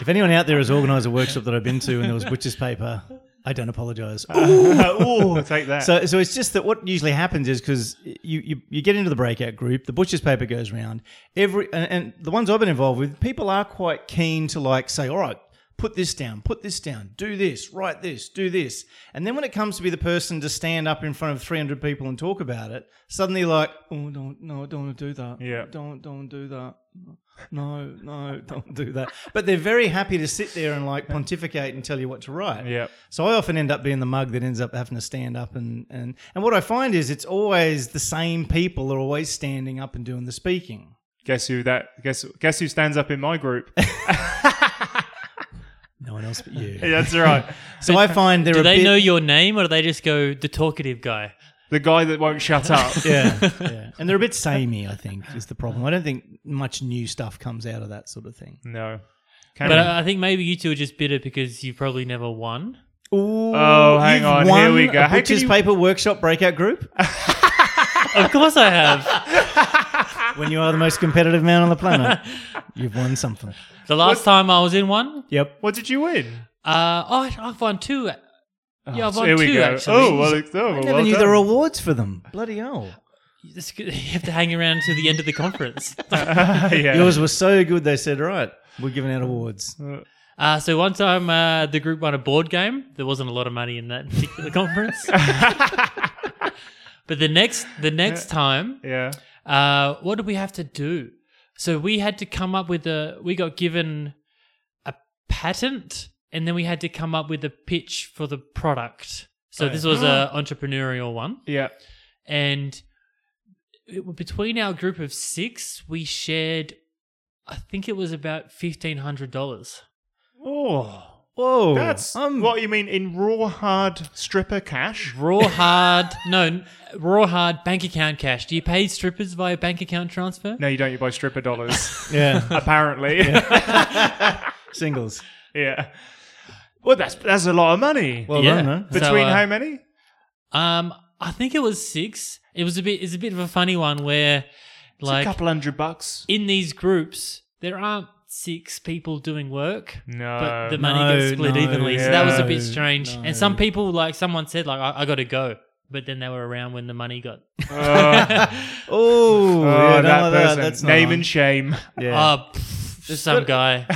D: If anyone out there has organised a workshop that I've been to and there was butcher's paper, I don't apologise.
A: Oh, take that.
D: So, so it's just that what usually happens is because you, you you get into the breakout group, the butcher's paper goes round. Every and, and the ones I've been involved with, people are quite keen to like say, all right, put this down, put this down, do this, write this, do this. And then when it comes to be the person to stand up in front of three hundred people and talk about it, suddenly like, oh, don't no, I don't want to do that.
A: Yeah.
D: don't don't do that. No, no, don't do that. But they're very happy to sit there and like pontificate and tell you what to write.
A: Yep.
D: So I often end up being the mug that ends up having to stand up and and and what I find is it's always the same people are always standing up and doing the speaking.
A: guess who that? Guess guess who stands up in my group?
D: No one else but you.
A: That's right.
D: so I find there
B: Do
D: are
B: they
D: bit-
B: know your name or do they just go the talkative guy?
A: The guy that won't shut up.
D: yeah, yeah, and they're a bit samey. I think is the problem. I don't think much new stuff comes out of that sort of thing.
A: No.
B: But uh,
A: Cameron.
B: I I think maybe you two are just bitter because you probably never won.
D: Ooh,
A: Oh, hang
D: you've
A: on,
D: Won
A: here we go.
D: A
A: How can
D: butcher's
A: you-
D: paper workshop breakout group.
B: Of course I have.
D: when you are the most competitive man on the planet, you've won something.
B: The last time I was in one,
D: Yep.
A: what did you win?
B: uh, oh, I- I've won two. Yeah, I've won
A: Here we
B: two,
A: go.
B: actually.
A: Oh, well, it's- oh, well,
D: Never
A: well
D: knew
A: done.
D: there were awards for them. Bloody hell.
B: It's good- You have to hang around to the end of the conference.
A: yeah.
D: Yours were so good, they said, right, we're giving out awards.
B: Uh, so one time uh, the group won a board game. There wasn't a lot of money in that particular conference. but the next the next time
A: yeah.
B: uh, what did we have to do? So we had to come up with a. We got given a patent, and then we had to come up with a pitch for the product. So this was a entrepreneurial one,
A: Yeah.
B: and it, between our group of six, we shared. I think it was about fifteen hundred dollars.
A: Oh.
D: Whoa.
A: That's
D: I'm-
A: what you mean in raw hard stripper cash.
B: Raw hard, no, n- raw hard bank account cash. Do you pay strippers via bank account transfer?
A: No, you don't. You buy stripper dollars.
D: Yeah.
A: apparently, yeah.
D: Singles.
A: Well, that's that's a lot of money.
D: Well
B: Yeah.
D: done, man.
B: So,
A: Between
B: uh,
A: how many?
B: Um, I think it was six. It was a bit. It's a bit of a funny one where,
A: it's
B: like,
A: a couple hundred bucks.
B: in these groups, there aren't six people doing work.
A: No,
B: But the
A: no.
B: money gets
D: no,
B: split
D: no,
B: evenly, so that was a
A: yeah,
B: bit strange.
D: no.
B: And some people, like someone said, like I, I got to go, but then they were around when the money got.
A: Uh,
D: Oh,
A: oh,
D: yeah, don't
A: that
D: like that.
A: person.
D: That's not
A: Name
D: on.
A: and shame.
D: Yeah.
B: Oh, pff, just some guy.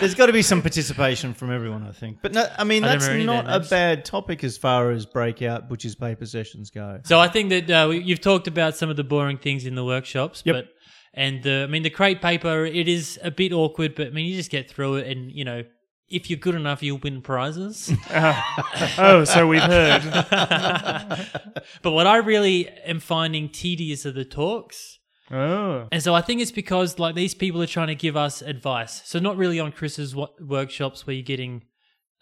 D: There's got to be some participation from everyone, I think. But no, I mean,
B: I don't
D: that's
B: remember any
D: not
B: of their
D: a
B: names.
D: bad topic as far as breakout butcher's paper sessions go.
B: So I think that uh, we- you've talked about some of the boring things in the workshops,
D: Yep.
B: but and the, I mean the crate paper it is a bit awkward, but I mean you just get through it, and you know if you're good enough, you'll win prizes.
A: Oh, so we've heard.
B: but what I really am finding tedious are the talks.
A: Oh,
B: And so I think it's because like these people are trying to give us advice. So not really on Chris's wo- workshops where you're getting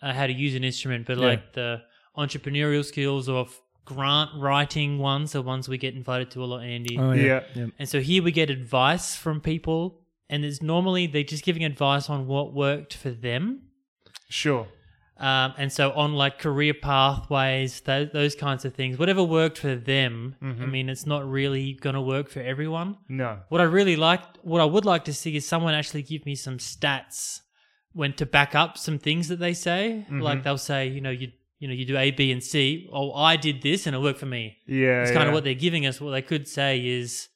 B: uh, how to use an instrument, but like the entrepreneurial skills or f- grant writing ones are ones we get invited to a lot, Andy.
D: Oh,
A: yeah.
B: And so here we get advice from people, and it's normally they're just giving advice on what worked for them.
A: sure.
B: Um, and so on like career pathways, th- those kinds of things, whatever worked for them, I
A: Mm-hmm.
B: mean, it's not really going to work for everyone.
A: No.
B: What I really like, what I would like to see is someone actually give me some stats when to back up some things that they say.
A: Mm-hmm.
B: Like they'll say, you know, you you know, you do A, B, and C. Oh, I did this and it worked for me.
A: Yeah,
B: It's kind
A: yeah.
B: of what they're giving us. What they could say is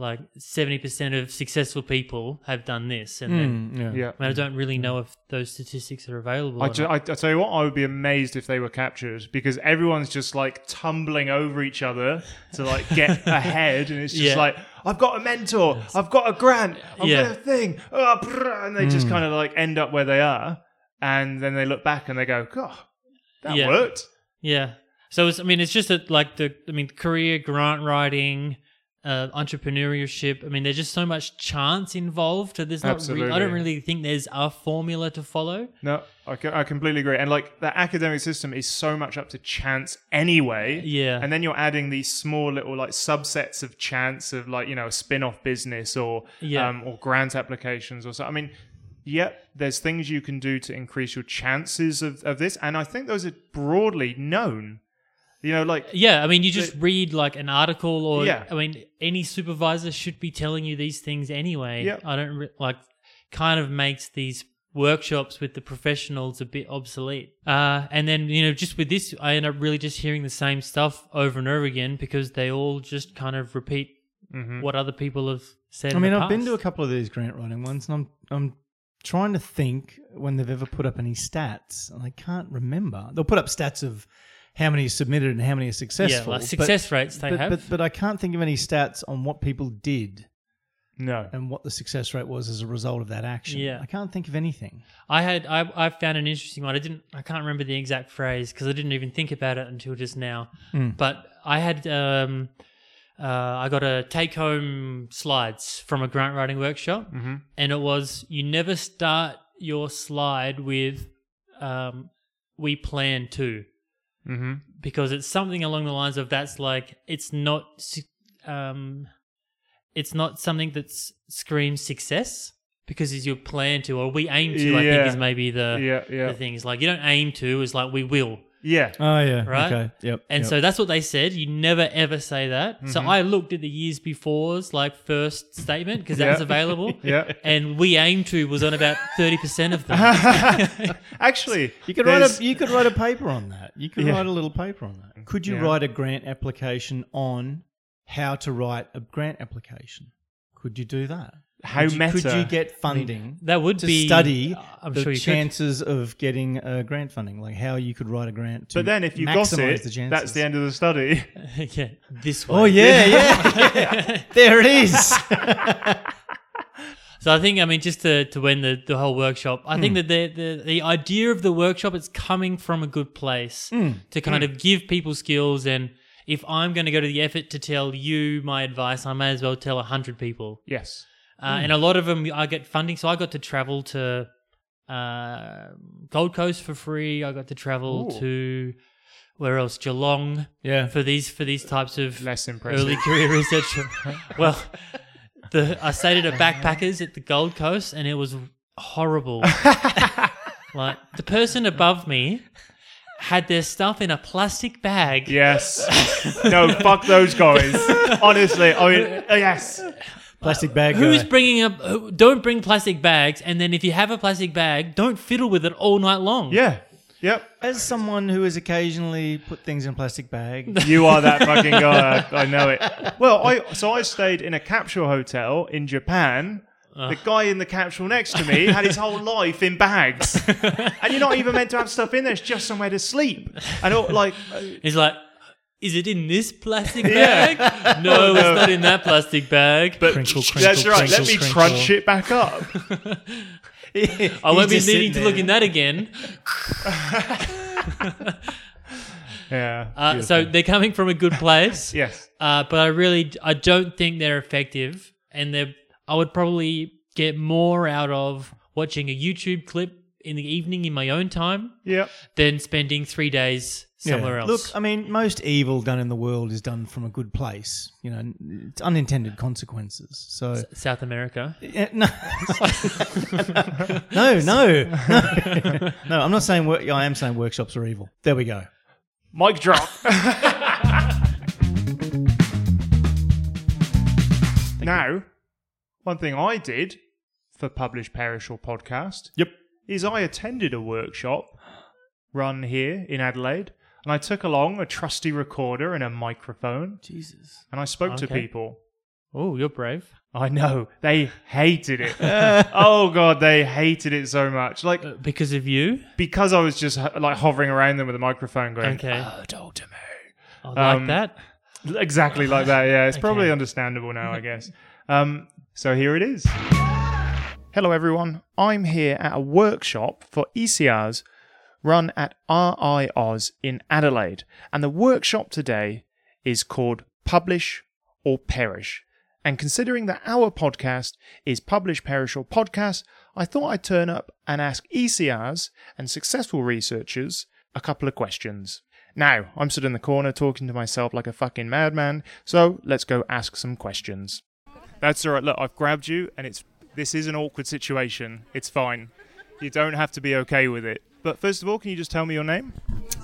B: like seventy percent of successful people have done this, and
A: Hmm.
B: then
D: Hmm, yeah.
A: Yeah.
B: I, mean, I don't really know if those statistics are available.
A: Hmm. I,
B: or
A: ju-
B: not.
A: I, I tell you what, I would be amazed if they were captured because everyone's just like tumbling over each other to like get ahead, and it's just
B: Yeah.
A: like I've got a mentor, I've got a grant, I've
B: Yeah. Hmm.
A: got a thing, oh, brr," and they just kind of like end up where they are, and then they look back and they go, "God, that
B: Yeah.
A: worked."
B: Yeah. So it's, I mean, it's just that like the I mean, career grant writing, uh, entrepreneurship. I mean, there's just so much chance involved. So there's not. Re- I
A: Absolutely.
B: don't really think there's a formula to follow.
A: No, I, co- I completely agree. And like the academic system is so much up to chance anyway.
B: Yeah.
A: And then you're adding these small little like subsets of chance of like, you know, a spin off business or,
B: Yeah.
A: um, or grant applications or so. I mean, yep, there's things you can do to increase your chances of, of this. And I think those are broadly known. You know, like,
B: Yeah, I mean, you just read like an article, or
A: Yeah.
B: I mean, any supervisor should be telling you these things anyway.
A: Yep.
B: I don't re- like, kind of makes these workshops with the professionals a bit obsolete. Uh, and then you know, just with this, I end up really just hearing the same stuff over and over again because they all just kind of repeat what other people have said.
D: Mm-hmm. I mean,
B: in the
D: I've been to a
B: past.
D: couple of these grant writing ones, and I'm I'm trying to think when they've ever put up any stats, and I can't remember. They'll put up stats of how many are submitted and how many are
B: yeah,
D: successful.
B: like
D: but-
B: success rates they
D: but,
B: have.
D: But, but I can't think of any stats on what people did
A: no.
D: and what the success rate was as a result of that action.
B: Yeah.
D: I can't think of anything.
B: I had I I found an interesting one. I didn't I can't remember the exact phrase because I didn't even think about it until just now.
A: Hmm.
B: But I had um uh I got a take home slides from a grant writing workshop,
A: Mm-hmm.
B: and it was you never start your slide with um we plan to
A: Mm-hmm.
B: because it's something along the lines of that's like it's not su- um it's not something that s- screams success because it's your plan to or we aim to i think
A: Yeah.
B: is maybe
D: Uh,
B: the
A: Yeah, yeah.
B: the things like you don't aim to is like we will
A: Yeah.
D: Oh yeah.
B: Right? Okay.
D: Yep.
B: and so that's what they said you never ever say that so
A: Mm-hmm.
B: i looked at the years before's like first statement because that was
A: Yeah.
B: available
A: Yeah.
B: and we aim to was on about 30% of them
A: Actually,
D: you could write
A: there's-
D: a you could write a paper on that. You could
A: Yeah.
D: write a little paper on that. Could you
A: Yeah.
D: write a grant application on how to write a grant application? Could you do that?
A: how
D: could you,
A: meta.
D: Could you get funding
B: that would
D: to
B: be uh,
D: study
B: i'm
D: the
B: sure you could
D: chances of getting uh, grant funding? Like how you could write a grant. To
A: but then if you got
D: maximize
A: it,
D: the chances.
A: that's the end of the study.
B: yeah this way
D: Oh yeah, yeah. there it is.
B: So I think, I mean, just to, to end the, the whole workshop, I
A: Hmm.
B: think that the, the, the idea of the workshop is coming from a good place
A: Hmm.
B: to kind of give people skills. And if I'm going to go to the effort to tell you my advice, I may as well tell 100 people.
A: Yes. Hmm.
B: Uh, And a lot of them, I get funding. So I got to travel to uh, Gold Coast for free. I got to travel
A: Ooh.
B: to where else? Geelong
D: Yeah.
B: for these for these types of
A: Less impressive.
B: early career research. well, the I stayed at a backpackers at the Gold Coast, and it was horrible. like the person above me had their stuff in a plastic bag.
A: Yes. no, fuck those guys. Honestly, I mean, uh, yes.
D: Plastic bag.
B: Who's
D: guy.
B: bringing up? who- Don't bring plastic bags. And then if you have a plastic bag, don't fiddle with it all night long.
A: Yeah. Yep.
D: As someone who has occasionally put things in a plastic bag.
A: You are that fucking guy. I I know it. Well, I so I stayed in a capsule hotel in Japan. The guy in the capsule next to me had his whole life in bags, and you're not even meant to have stuff in there. It's just somewhere to sleep. And all, like, uh,
B: He's like, is it in this plastic bag?
D: Oh,
B: No, it's not in that plastic bag.
A: but
D: Crinkle, crinkle,
A: that's right. Let
D: crinkle,
A: me
D: crinkle.
A: crunch it back up.
B: I won't be
D: just sitting
B: needing to
D: there.
B: look in that again.
A: Yeah.
B: Uh, so they're coming from a good place.
A: yes.
B: uh, but I really I don't think they're effective, and they are I would probably get more out of watching a YouTube clip in the evening in my own time
A: Yep.
B: than spending three days somewhere
D: Yeah.
B: else.
D: Look, um, I mean, most evil done in the world is done from a good place. You know, it's unintended consequences. So
B: South America.
D: Yeah, Eh, no. no, no, no, no. I'm not saying. Work, I am saying workshops are evil. There we go.
A: Mic drop. now, one thing I did for Publish Perish or podcast
D: Yep.
A: is I attended a workshop run here in Adelaide, and I took along a trusty recorder and a microphone,
B: Jesus.
A: and I spoke to
B: Okay.
A: people.
B: Oh, you're brave.
A: I know they hated it. oh god, they hated it so much. Like
B: Uh, because of you.
A: because I was just ho- like hovering around them with a microphone, going,
B: Okay.
A: "Oh, talk to me."
B: I like
A: Um,
B: that.
A: Exactly like that. Yeah, it's probably understandable now, I guess. Um, so here it is. Hello, everyone. I'm here at a workshop for ECRs run at RIOs in Adelaide. And the workshop today is called Publish or Perish. And considering that our podcast is Publish, Perish, or Podcast, I thought I'd turn up and ask ECRs and successful researchers a couple of questions. Now, I'm sitting in the corner talking to myself like a fucking madman, so let's go ask some questions. That's all right. Look, I've grabbed you, and it's this is an awkward situation. It's fine. You don't have to be okay with it. But first of all, can you just tell me your name?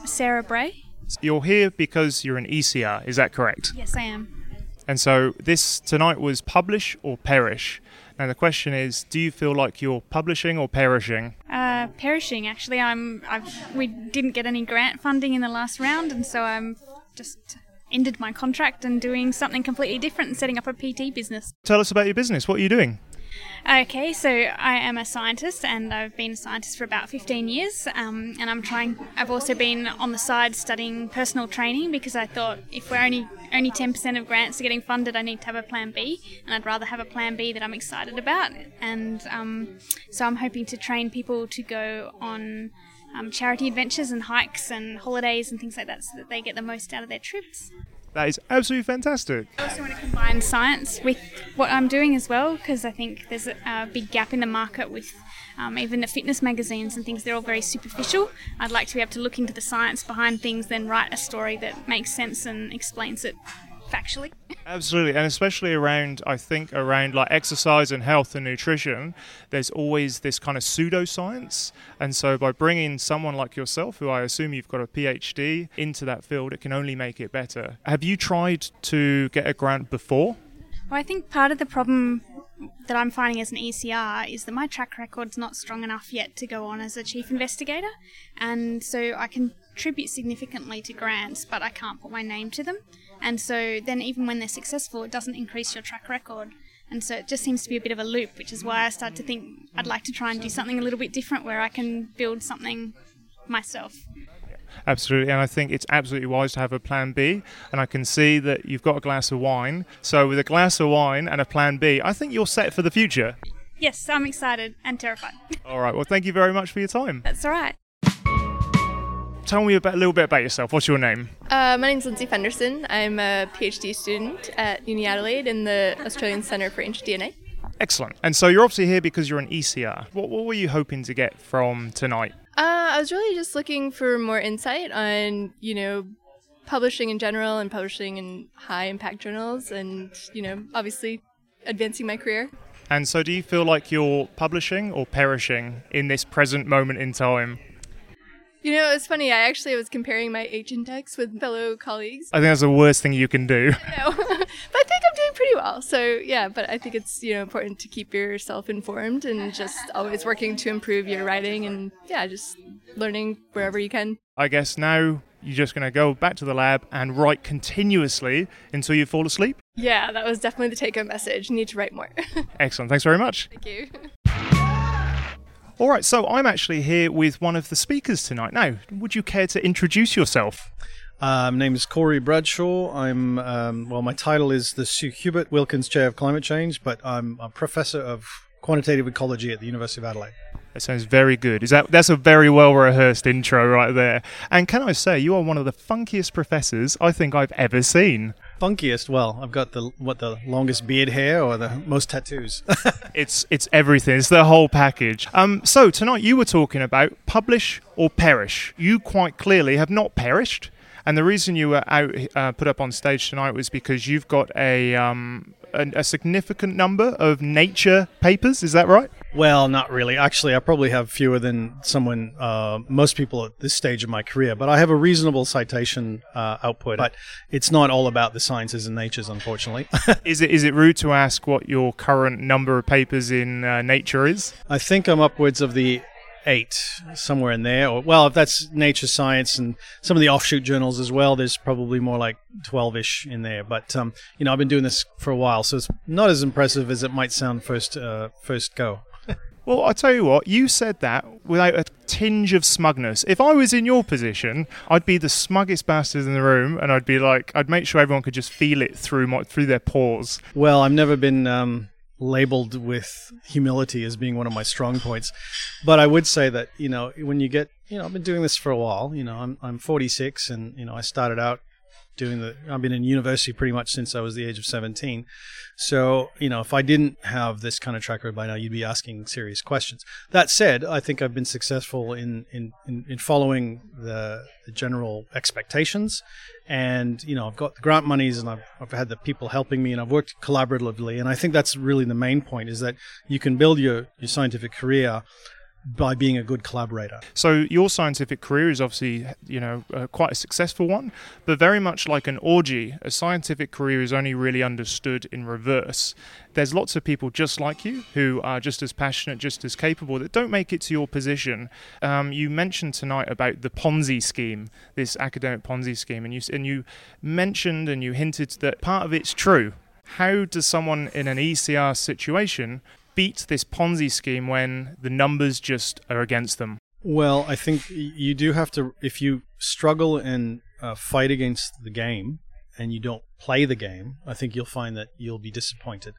C: Sarah Bray?
A: You're here because you're an ECR. Is that correct?
C: Yes, I am.
A: And so this tonight was publish or perish. Now the question is, do you feel like you're publishing or perishing?
C: Uh, perishing, actually. I'm. I've, we didn't get any grant funding in the last round, and so I'm just ended my contract and doing something completely different and setting up a PT business.
A: Tell us about your business. What are you doing?
C: Okay, so I am a scientist, and I've been a scientist for about 15 years. Um, and I'm trying. I've also been on the side studying personal training because I thought if we're only only 10% of grants are getting funded, I need to have a plan B, and I'd rather have a plan B that I'm excited about. And um, so I'm hoping to train people to go on um, charity adventures and hikes and holidays and things like that, so that they get the most out of their trips.
A: That is absolutely fantastic.
C: I also want to combine science with what I'm doing as well because I think there's a, a big gap in the market with um, even the fitness magazines and things. They're all very superficial. I'd like to be able to look into the science behind things, then write a story that makes sense and explains it factually.
A: Absolutely, and especially around, I think, around like exercise and health and nutrition, there's always this kind of pseudoscience. And so, by bringing someone like yourself, who I assume you've got a PhD, into that field, it can only make it better. Have you tried to get a grant before?
C: Well, I think part of the problem that I'm finding as an ECR is that my track record's not strong enough yet to go on as a chief investigator, and so I contribute significantly to grants, but I can't put my name to them, and so then even when they're successful, it doesn't increase your track record. And so it just seems to be a bit of a loop, which is why I start to think I'd like to try and do something a little bit different where I can build something myself.
A: Absolutely, and I think it's absolutely wise to have a plan B. And I can see that you've got a glass of wine. So, with a glass of wine and a plan B, I think you're set for the future.
C: Yes, I'm excited and terrified.
A: All right, well, thank you very much for your time.
C: That's all right.
A: Tell me about, a little bit about yourself. What's your name?
E: Uh, my name's Lindsay Fenderson. I'm a PhD student at Uni Adelaide in the Australian Centre for Ancient DNA.
A: Excellent. And so you're obviously here because you're an ECR. What, what were you hoping to get from tonight?
E: Uh, I was really just looking for more insight on, you know, publishing in general and publishing in high impact journals and, you know, obviously advancing my career.
A: And so do you feel like you're publishing or perishing in this present moment in time?
E: You know, it's funny, I actually was comparing my H index with fellow colleagues.
A: I think that's the worst thing you can do.
E: No. but I think I'm doing pretty well. So, yeah, but I think it's, you know, important to keep yourself informed and just always working to improve your writing and, yeah, just learning wherever you can.
A: I guess now you're just going to go back to the lab and write continuously until you fall asleep.
E: Yeah, that was definitely the take home message. You need to write more.
A: Excellent. Thanks very much.
E: Thank you.
A: All right, so I'm actually here with one of the speakers tonight. Now, would you care to introduce yourself?
F: Uh, my name is Corey Bradshaw. I'm um, well. My title is the Sue Hubert Wilkins Chair of Climate Change, but I'm a professor of quantitative ecology at the University of Adelaide.
A: That sounds very good. Is that that's a very well rehearsed intro right there? And can I say you are one of the funkiest professors I think I've ever seen.
F: Funkiest? Well, I've got the what the longest beard hair or the most tattoos.
A: It's it's everything. It's the whole package. Um, so tonight you were talking about publish or perish. You quite clearly have not perished, and the reason you were out uh, put up on stage tonight was because you've got a um a, a significant number of nature papers. Is that right?
F: well, not really. Actually, I probably have fewer than someone uh, most people at this stage of my career, but I have a reasonable citation uh, output. But it's not all about the sciences and natures, unfortunately.
A: Is it is it rude to ask what your current number of papers in uh, Nature is?
F: I think I'm upwards of the eight, somewhere in there. Or well, if that's Nature Science and some of the offshoot journals as well, there's probably more like twelve-ish in there. But um, you know, I've been doing this for a while, so it's not as impressive as it might sound first uh, first go.
A: Well, I tell you what, you said that without a tinge of smugness. If I was in your position, I'd be the smuggest bastard in the room, and I'd be like, I'd make sure everyone could just feel it through my through their pores.
F: Well, I've never been um, labeled with humility as being one of my strong points, but I would say that you know when you get you know I've been doing this for a while. You know I'm I'm 46 and you know I started out doing the I've been in university pretty much since I was the age of 17. So you know if I didn't have this kind of track record by now, you'd be asking serious questions. That said, I think I've been successful in in in, in following the, the general expectations and you know i've got the grant monies and I've, I've had the people helping me and i've worked collaboratively and i think that's really the main point is that you can build your, your scientific career by being a good collaborator
A: So your scientific career is obviously, you know, uh, quite a successful one, but very much like an orgy, a scientific career is only really understood in reverse. There's lots of people just like you who are just as passionate, just as capable, that don't make it to your position. Um, you mentioned tonight about the Ponzi scheme, this academic Ponzi scheme, and you s- and you mentioned and you hinted that part of it's true. How does someone in an ECR situation? Beat this Ponzi scheme when the numbers just are against them.
F: Well, I think y- you do have to, if you struggle and uh, fight against the game and you don't play the game, I think you'll find that you'll be disappointed.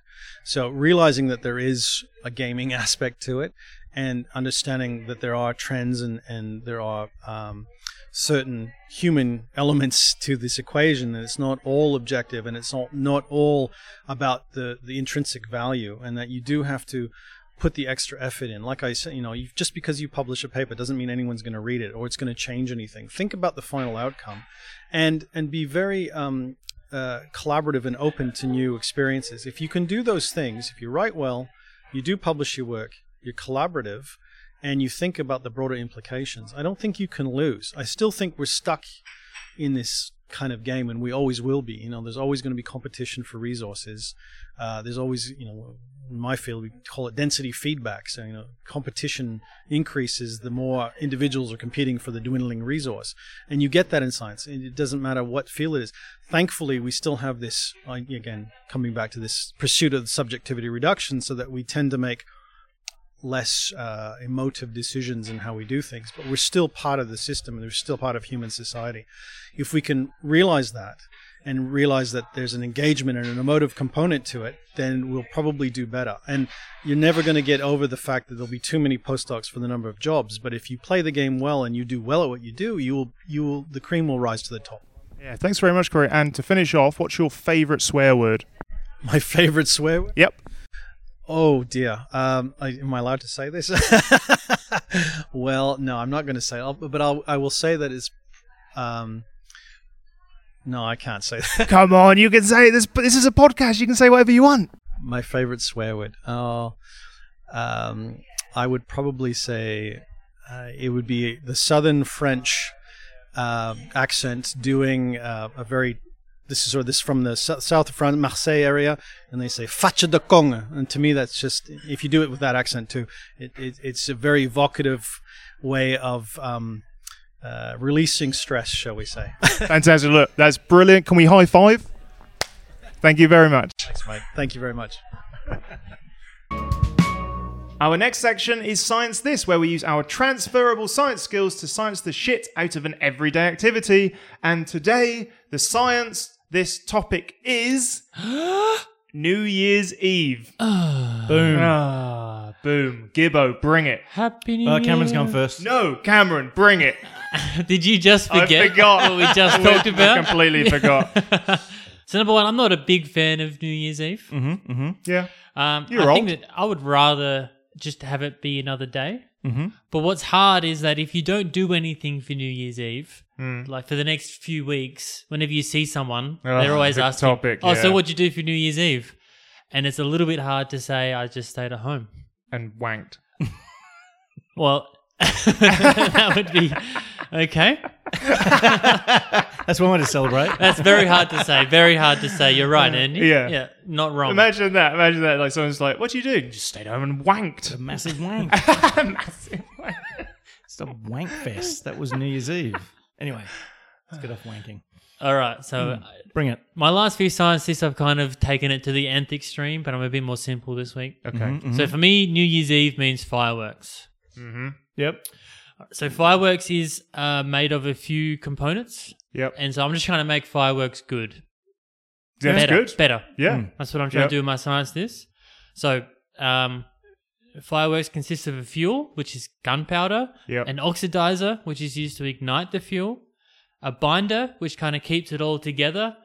F: So, realizing that there is a gaming aspect to it and understanding that there are trends and, and there are um, certain human elements to this equation, and it's not all objective and it's not, not all about the, the intrinsic value, and that you do have to put the extra effort in. Like I said, you know, you, just because you publish a paper doesn't mean anyone's going to read it or it's going to change anything. Think about the final outcome, and and be very um, uh, collaborative and open to new experiences. If you can do those things, if you write well, you do publish your work, you're collaborative, and you think about the broader implications. I don't think you can lose. I still think we're stuck in this kind of game and we always will be you know there's always going to be competition for resources uh, there's always you know in my field we call it density feedback so you know competition increases the more individuals are competing for the dwindling resource and you get that in science and it doesn't matter what field it is thankfully we still have this I- again coming back to this pursuit of subjectivity reduction so that we tend to make less uh, emotive decisions in how we do things but we're still part of the system and we're still part of human society if we can realize that and realize that there's an engagement and an emotive component to it, then we'll probably do better. And you're never going to get over the fact that there'll be too many postdocs for the number of jobs. But if you play the game well and you do well at what you do, you will, you will, the cream will rise to the top.
A: Yeah, thanks very much, Corey. And to finish off, what's your favourite swear word?
F: My favorite swear word?
A: Yep.
F: Oh dear. Um, I, am I allowed to say this? well, no, I'm not going to say. I'll, but I'll, I will say that it's. Um, no, I can't say that.
D: Come on, you can say this. But this is a podcast. You can say whatever you want.
F: My favorite swear word. Oh, um, I would probably say uh, it would be the Southern French uh, accent doing uh, a very. This is or this is from the sou- south of France, Marseille area, and they say "facha de Kong," and to me that's just if you do it with that accent too, it, it, it's a very evocative way of um, uh, releasing stress, shall we say?
A: Fantastic. Look, that's brilliant. Can we high five? Thank you very much.
F: Thanks, Mike. Thank you very much.
A: Our next section is Science This, where we use our transferable science skills to science the shit out of an everyday activity. And today, the science this topic is New Year's Eve. boom. Ah, boom. Gibbo, bring it.
B: Happy New
D: Uh, Cameron's
B: Year.
D: gone first.
A: No, Cameron, bring it.
B: Did you just forget
A: forgot.
B: what we just
A: I
B: talked about?
A: completely forgot.
B: So number one, I'm not a big fan of New Year's Eve.
A: Yeah.
B: Um,
A: Mm-hmm. You're
B: I
A: old.
B: think that I would rather just have it be another day.
A: Mm-hmm.
B: But what's hard is that if you don't do anything for New Year's Eve,
A: Mm.
B: like for the next few weeks, whenever you see someone,
A: Oh,
B: they're always
A: big
B: asking,
A: topic,
B: "Oh,
A: yeah.
B: so what'd you do for New Year's Eve?" And it's a little bit hard to say. I just stayed at home.
A: And wanked.
B: Well, that would be okay.
D: That's one way to celebrate.
B: That's very hard to say. Very hard to say. You're right, Andy.
A: Yeah.
B: yeah, not wrong.
A: Imagine that. Imagine that. Like someone's like, "What do you do?" Just stayed home and wanked.
D: Massive wank.
A: Massive wank.
D: It's a wank fest. That was New Year's Eve. Anyway, let's get off wanking.
B: All right, so
A: Mm.
D: Bring it.
B: My last few science lists, I've kind of taken it to the nth extreme, but I'm a bit more simple this week.
A: Okay.
D: Mm-hmm,
B: So for me, New Year's Eve means fireworks.
A: Yep.
B: So fireworks is uh, made of a few components,
A: Yep.
B: and so I'm just trying to make fireworks good,
A: That's
B: better, Mm.
A: good.
B: better.
A: Yeah.
B: That's what I'm trying
A: Yep.
B: to do with my science list. So um, fireworks consist of a fuel, which is gunpowder,
A: Yep.
B: an oxidizer, which is used to ignite the fuel, a binder, which kind of keeps it all together,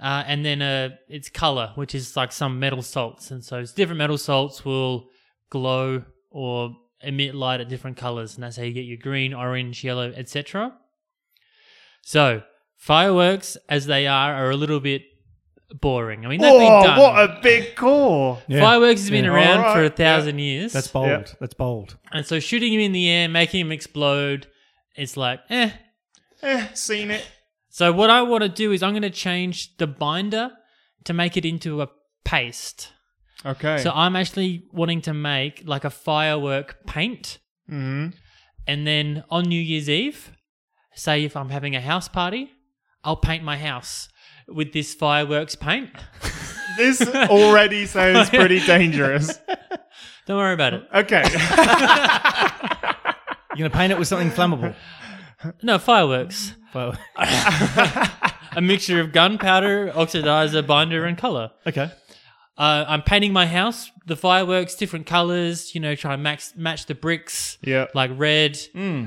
B: uh, and then a, its color, which is like some metal salts. And so it's different metal salts will glow or emit light at different colors. And that's how you get your green, orange, yellow, etc. So fireworks, as they are, are a little bit boring. I mean, they've been
A: Whoa!
B: done.
A: What a big call.
B: Fireworks has been
A: Yeah.
B: around
A: All right.
B: for a thousand years.
D: That's bold.
A: Yep.
D: That's bold.
B: and so shooting him in the air, making him explode, it's like, eh.
A: Eh, seen it.
B: So what I want to do is I'm going to change the binder to make it into a paste.
A: Okay.
B: So I'm actually wanting to make like a firework paint. Mm-hmm.
A: Mhm.
B: And then on New Year's Eve, say if I'm having a house party, I'll paint my house with this fireworks paint.
A: This already sounds pretty dangerous.
B: Don't worry about it.
A: Okay.
D: You're going to paint it with something flammable.
B: No, fireworks.
D: Well,
B: A mixture of gunpowder, oxidizer, binder, and color.
D: okay.
B: Uh, I'm painting my house, the fireworks, different colors, you know, try and max, match the bricks.
A: Yeah.
B: Like red,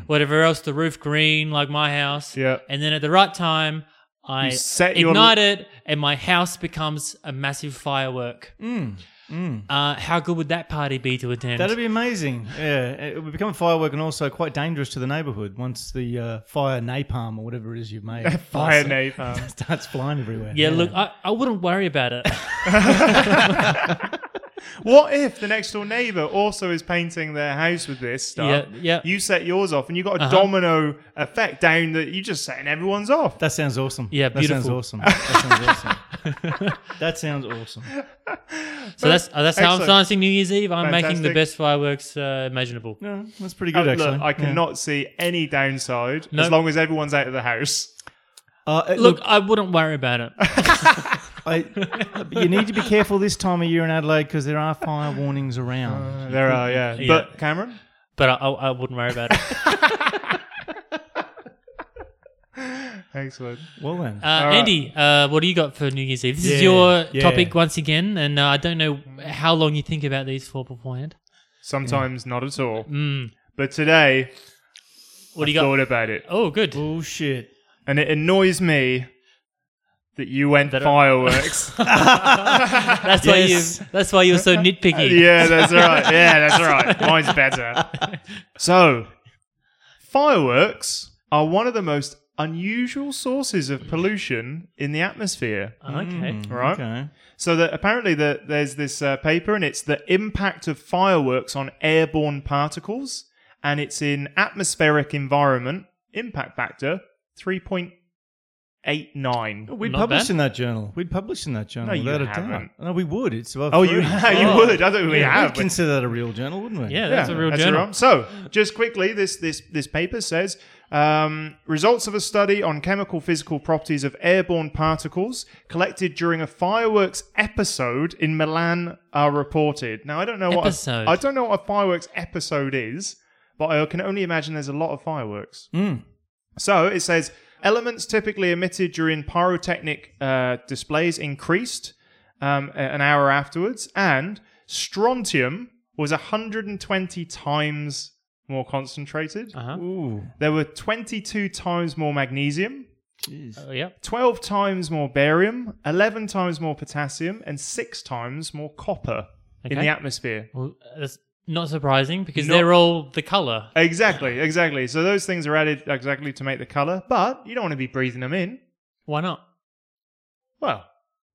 B: whatever else, the roof green, like my house.
A: Yeah.
B: And then at the right time, I
A: You set your-
B: ignite it and my house becomes a massive firework. Uh, how good would that party be to attend?
D: That'd be amazing. Yeah, it would become a firework and also quite dangerous to the neighbourhood once the uh, fire napalm or whatever it is you've made
A: Fire
D: starts-
A: napalm.
D: starts flying everywhere.
B: yeah, look, I, I wouldn't worry about it.
A: What if the next door neighbour also is painting their house with this stuff?
B: Yeah, Uh-huh. yeah.
A: You set yours off, and you got a domino effect down that you just setting everyone's off.
D: That sounds awesome.
B: Yeah,
D: that sounds
B: beautiful.
D: awesome. That sounds awesome. that sounds awesome.
B: so that's uh, that's how I'm
A: Excellent.
B: starting New Year's Eve. I'm making the
A: Fantastic.
B: best fireworks uh, imaginable.
D: Yeah, that's pretty
A: Oh,
D: good actually.
A: look, I
D: Yeah.
A: cannot see any downside
B: No.
A: as long as everyone's out of the house.
D: Uh, it-
B: Look, I wouldn't worry about it.
D: I, but you need to be careful this time of year in Adelaide because there are fire warnings around.
A: There are, yeah. But Cameron,
B: but I, I, I wouldn't worry about it.
A: excellent.
D: Well then,
B: Uh, Andy, uh, what do you got for New Year's Eve? This is
D: Yeah,
B: your
D: yeah.
B: topic once again, and uh, I don't know how long you think about these for beforehand.
A: Sometimes not at all. But today,
B: What do Mm. you
A: thought
B: got?
A: about it,
B: Oh, good.
D: bullshit.
A: and it annoys me that you went
B: That are-
A: fireworks.
B: That's why
D: Yes.
B: you. That's why you're so nitpicky.
A: yeah, that's right. Yeah, that's right. Mine's better. So, fireworks are one of the most unusual sources of pollution in the atmosphere.
B: Okay.
A: Right.
D: Hmm, Okay.
A: So that apparently the, there's this uh, paper, and it's the impact of fireworks on airborne particles, and it's in atmospheric environment impact factor three point eight nine.
D: We'd
B: Not
D: publish
B: bad.
D: in that journal. We'd publish in that journal.
A: No, you
D: without a
A: haven't.
D: doubt. No, we would. It's above.
A: Oh,
D: three.
A: you you would? I thought we
D: Yeah,
A: have.
D: We'd consider that a real journal, wouldn't we?
B: Yeah, that's a real journal.
A: wrong. So, just quickly, this this this paper says um, results of a study on chemical physical properties of airborne particles collected during a fireworks episode in Milan are reported. Now, I don't know what
B: Episode.
A: a, I don't know what a fireworks episode is, but I can only imagine there's a lot of fireworks.
B: Hmm.
A: So it says elements typically emitted during pyrotechnic uh, displays increased um, a- an hour afterwards, and strontium was 120 times more concentrated.
B: Uh-huh.
D: Ooh.
A: There were 22 times more magnesium,
B: Oh, yep.
A: 12 times more barium, 11 times more potassium, and six times more copper in
B: Okay.
A: the atmosphere.
B: Well, that's not surprising because
A: Not-
B: they're all the color.
A: Exactly, exactly. So those things are added exactly to make the color, but you don't want to be breathing them in.
B: Why not?
A: Well,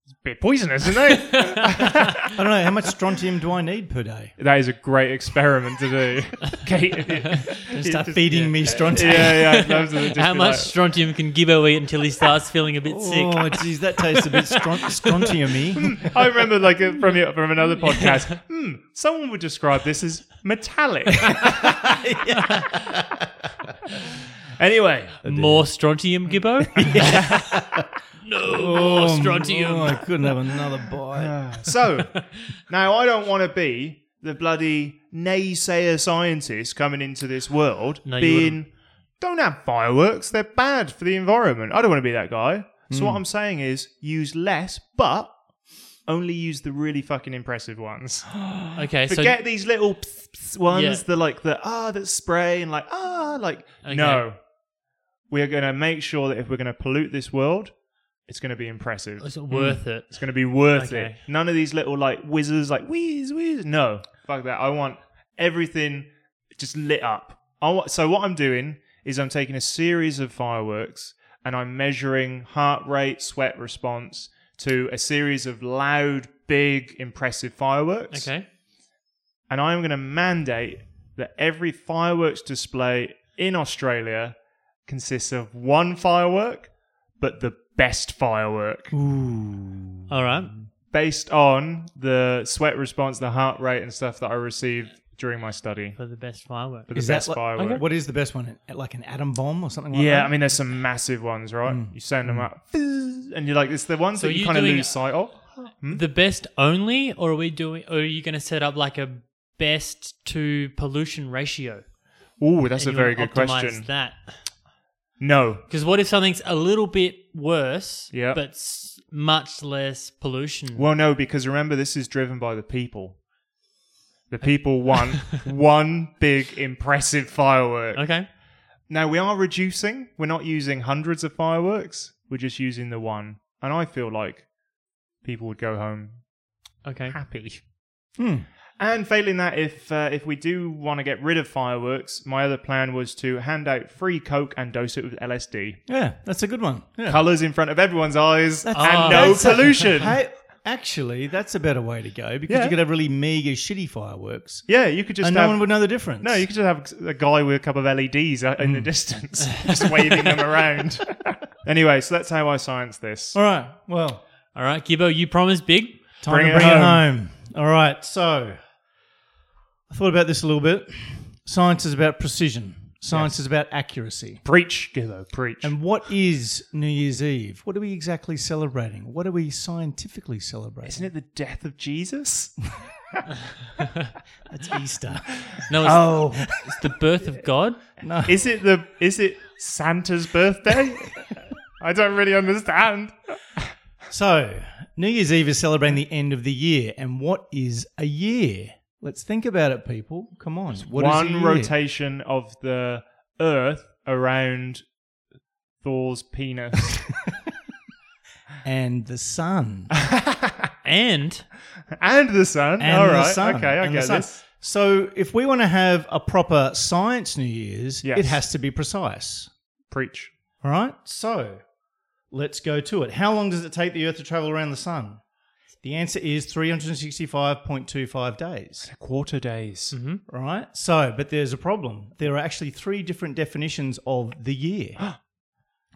A: it's a bit poisonous, isn't it?
D: I don't know. How much strontium do I need per day?
A: that is a great experiment to do. Kate,
B: Just start
A: just-
D: Feeding me strontium.
A: yeah, yeah. I'd love to just
B: How
A: be
B: much
A: like-
B: strontium can Gibbo eat until he starts feeling a bit sick?
D: Oh, geez, that tastes a bit stron- strontiumy.
A: I remember, like uh, from your- from another podcast, hmm, someone would describe this as metallic. anyway,
B: More strontium, Gibbo? no, more strontium.
D: Oh, I couldn't have another bite.
A: so now I don't want to be the bloody naysayer scientist coming into this world
B: No, you
A: being don't have fireworks, they're bad for the environment. I don't want to be that guy. So
B: Hmm.
A: what I'm saying is use less, but only use the really fucking impressive ones.
B: Okay,
A: Forget these little pss, pss ones,
B: Yeah.
A: the like the ah that spray and like ah like
B: Okay.
A: no. We're gonna make sure that if we're gonna pollute this world, it's gonna be impressive.
B: so it's worth it.
A: Mm. It's going to be worth
B: Okay.
A: it. None of these little like whizzers, like whiz, whiz. No, fuck that. I want everything just lit up. I want, so what I'm doing is I'm taking a series of fireworks and I'm measuring heart rate, sweat response to a series of loud, big, impressive fireworks.
B: Okay.
A: And I am going to mandate that every fireworks display in Australia consists of one firework, but the best firework
B: All right.
A: based on the sweat response, the heart rate, and stuff that I received during my study
B: For the best firework.
A: for the best firework.
D: What is the best one? Like an atom bomb or something like
A: Yeah, I
D: that?
A: mean, there's some massive ones, right? You send them up, fizz, and you're like, it's the ones
B: So
A: that you
B: you're
A: kind of
B: doing-
A: lose sight of. Hmm?
B: The best only, or are we doing? Or are you going to set up like a best to pollution ratio?
A: Ooh, that's a
B: And you
A: very
B: wanna
A: good
B: optimize
A: question.
B: That
A: No,
B: because what if something's a little bit worse,
A: Yeah.
B: but s- much less pollution?
A: well, no, because remember, this is driven by the people. The people want one big impressive firework.
B: okay.
A: Now we are reducing. We're not using hundreds of fireworks. We're just using the one. And I feel like people would go home
B: Okay.
A: happy. And failing that, if uh, if we do want to get rid of fireworks, my other plan was to hand out free coke and dose it with LSD.
D: Yeah, that's a good one. Yeah.
A: Colors in front of everyone's eyes and
B: Ah.
A: no
D: That's a-
A: pollution.
D: Hey, actually, that's a better way to go because
A: Yeah.
D: you could have really meager, shitty fireworks,
A: yeah, you could just
D: and
A: have,
D: no one would know the difference.
A: No, you could just have a guy with a couple of LEDs out
D: Hmm.
A: in the distance, just waving them around. anyway, so that's how I science this.
D: All right. Well,
B: All right, Gibbo, you promise big.
D: time
A: Bring
D: to
A: it
D: bring it
A: home.
D: home. All right. So, I thought about this a little bit. Science is about precision. Science is about accuracy.
A: Preach, Gillo, preach.
D: And what is New Year's Eve? What are we exactly celebrating? What are we scientifically celebrating?
A: Isn't it the death of Jesus?
D: It's Easter.
B: No, it's,
D: oh,
B: it's the birth of God.
A: is it the is it Santa's birthday? I don't really understand.
D: So, New Year's Eve is celebrating the end of the year. And what is a year? Let's think about it, people. Come on. What is a
A: one
D: year?
A: rotation of the Earth around Thor's penis.
D: and the sun.
B: And
A: and the sun.
D: and
A: All
D: the
A: right.
D: sun,
A: Okay, I
D: and the
A: get
D: sun.
A: this.
D: So if we want to have a proper science New Year's,
A: Yes.
D: it has to be precise.
A: Preach.
D: All right. So let's go to it. How long does it take the Earth to travel around the sun? The answer is 365.25 days. Mm-hmm.
A: Quarter days.
D: All right. So, but there's a problem. There are actually three different definitions of the year.
A: Ah!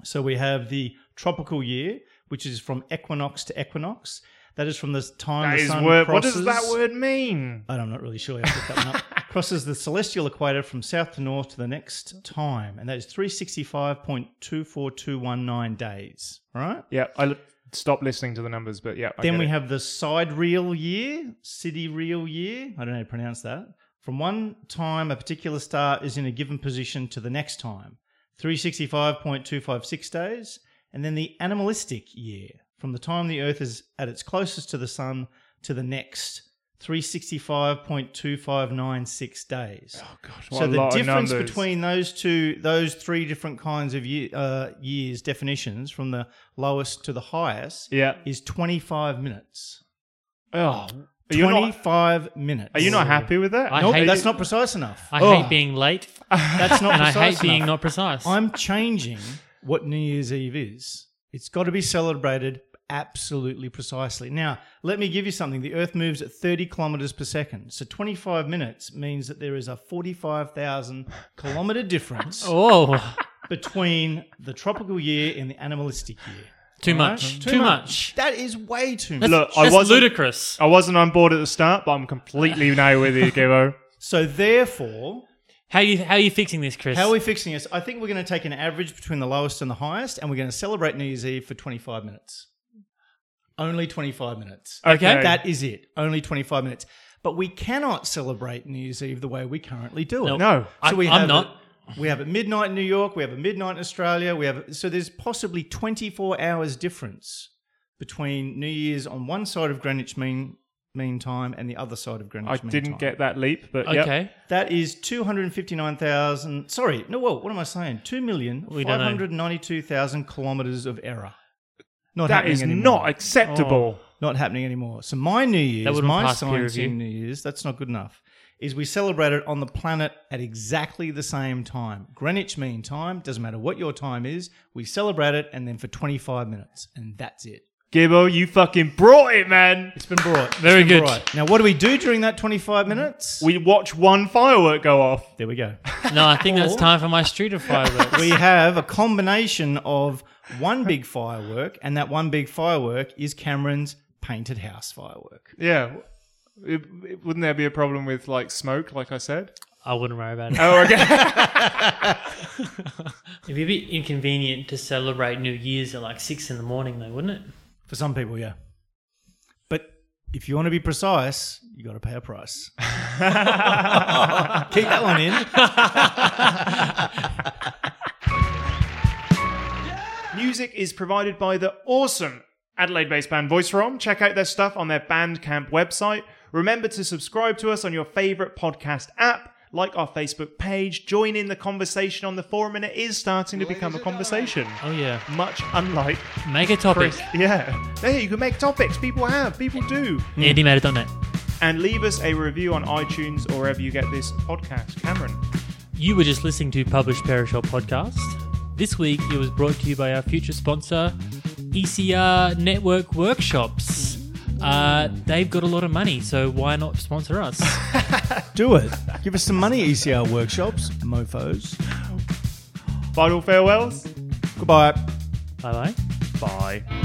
D: so we have the tropical year, which is from equinox to equinox. That is from the time
A: That
D: the
A: is
D: sun
A: word. What
D: crosses.
A: does that word mean?
D: I'm not really sure. I picked that one up. Crosses the celestial equator from south to north to the next time, and that is 365.24219 days. All right.
A: Yeah, I l- stopped listening to the numbers, but yeah. I
D: then
A: get
D: we
A: it.
D: have the sidereal year, city real year. I don't know how to pronounce that. From one time a particular star is in a given position to the next time, 365.256 days. And then the animalistic year, from the time the Earth is at its closest to the Sun to the next, 365.2596 days.
A: Oh, God, what
D: So
A: a
D: the
A: lot of
D: difference
A: numbers.
D: between those two, those three different kinds of year, uh, years definitions, from the lowest to the highest,
A: Yeah.
D: is 25 minutes.
A: Oh, are you not?
D: 25 minutes.
A: Are you not happy with that?
B: I
D: Nope,
B: hate
D: that's
B: it.
D: not precise enough.
B: I
D: Oh,
B: hate being late,
D: That's not
B: and I
D: precise
B: hate being
D: enough.
B: not precise.
D: I'm changing what New Year's Eve is. It's got to be celebrated absolutely precisely. Now, let me give you something. The Earth moves at 30 kilometers per second. So 25 minutes means that there is a 45,000 kilometer difference
B: oh,
D: between the tropical year and the animalistic year.
B: too
D: All
B: much,
D: right?
B: too much.
D: That is way too
B: That's,
D: much.
A: Look, I
B: that's
A: wasn't- Oh.
B: ludicrous.
A: I wasn't on board at the start, but I'm completely now with you, Gibbo.
D: So therefore,
B: How you how you fixing this, Chris?
D: How are we fixing this? I think we're going to take an average between the lowest and the highest, and we're going to celebrate New Year's Eve for 25 minutes. Only 25 minutes.
A: Okay.
D: That is it. Only 25 minutes. But we cannot celebrate New Year's Eve the way we currently do it.
A: No.
B: I,
D: we
B: I'm
D: have
B: not.
D: A, we have a midnight in New York. We have a midnight in Australia. We have so there's possibly 24 hours difference between New Year's on one side of Greenwich Mean Mean Time and the other side of Greenwich
A: I
D: Mean
A: didn't
D: Time.
A: get that leap, but yep.
B: Okay.
D: That is 259,000. Sorry, no, whoa, what am I saying?
B: We don't know.
D: 2,592,000 kilometers of error. Not
A: That
D: happening
A: is
D: anymore. Oh.
A: not acceptable.
D: not happening anymore. So my New Year's,
B: wouldn't
D: my
B: pass peer
D: science
B: review.
D: in New Year's, that's not good enough. Is we celebrate it on the planet at exactly the same time. Greenwich Mean Time, doesn't matter what your time is, we celebrate it and then for 25 minutes, and that's it.
A: Gibbo, you fucking brought it, man.
D: It's been brought. It's
B: Very
D: been
B: good.
D: brought. Now, what do we do during that 25 minutes?
A: We watch one firework go off.
D: there we go.
B: No, I think that's time for my street of fireworks.
D: we have a combination of one big firework, and that one big firework is Cameron's painted house firework.
A: Yeah. It- it- wouldn't there be a problem with like smoke, like I said?
B: I wouldn't worry about it.
A: Oh, okay.
B: It'd be a bit inconvenient to celebrate New Year's at like six in the morning, though, wouldn't it?
D: For some people, yeah. But if you want to be precise, you got to pay a price. Keep that one in.
A: Music is provided by the awesome Adelaide based band Voice From. Check out their stuff on their Bandcamp website. Remember to subscribe to us on your favorite podcast app, like our Facebook page, join in the conversation on the forum, and it is starting to become a conversation.
B: Oh yeah.
A: Much unlike,
B: Make a topic.
A: yeah. There, you can make topics. People have, people do.
B: Mm. AndyMatter.net.
A: And leave us a review on iTunes or wherever you get this podcast. Cameron.
B: You were just listening to Publish Perishable podcast. This week, it was brought to you by our future sponsor, ECR Network Workshops. Uh, they've got a lot of money, so why not sponsor us?
D: Do it. Give us some money, ECR workshops, mofos.
A: Final farewells.
D: Goodbye.
B: bye bye.
A: Bye.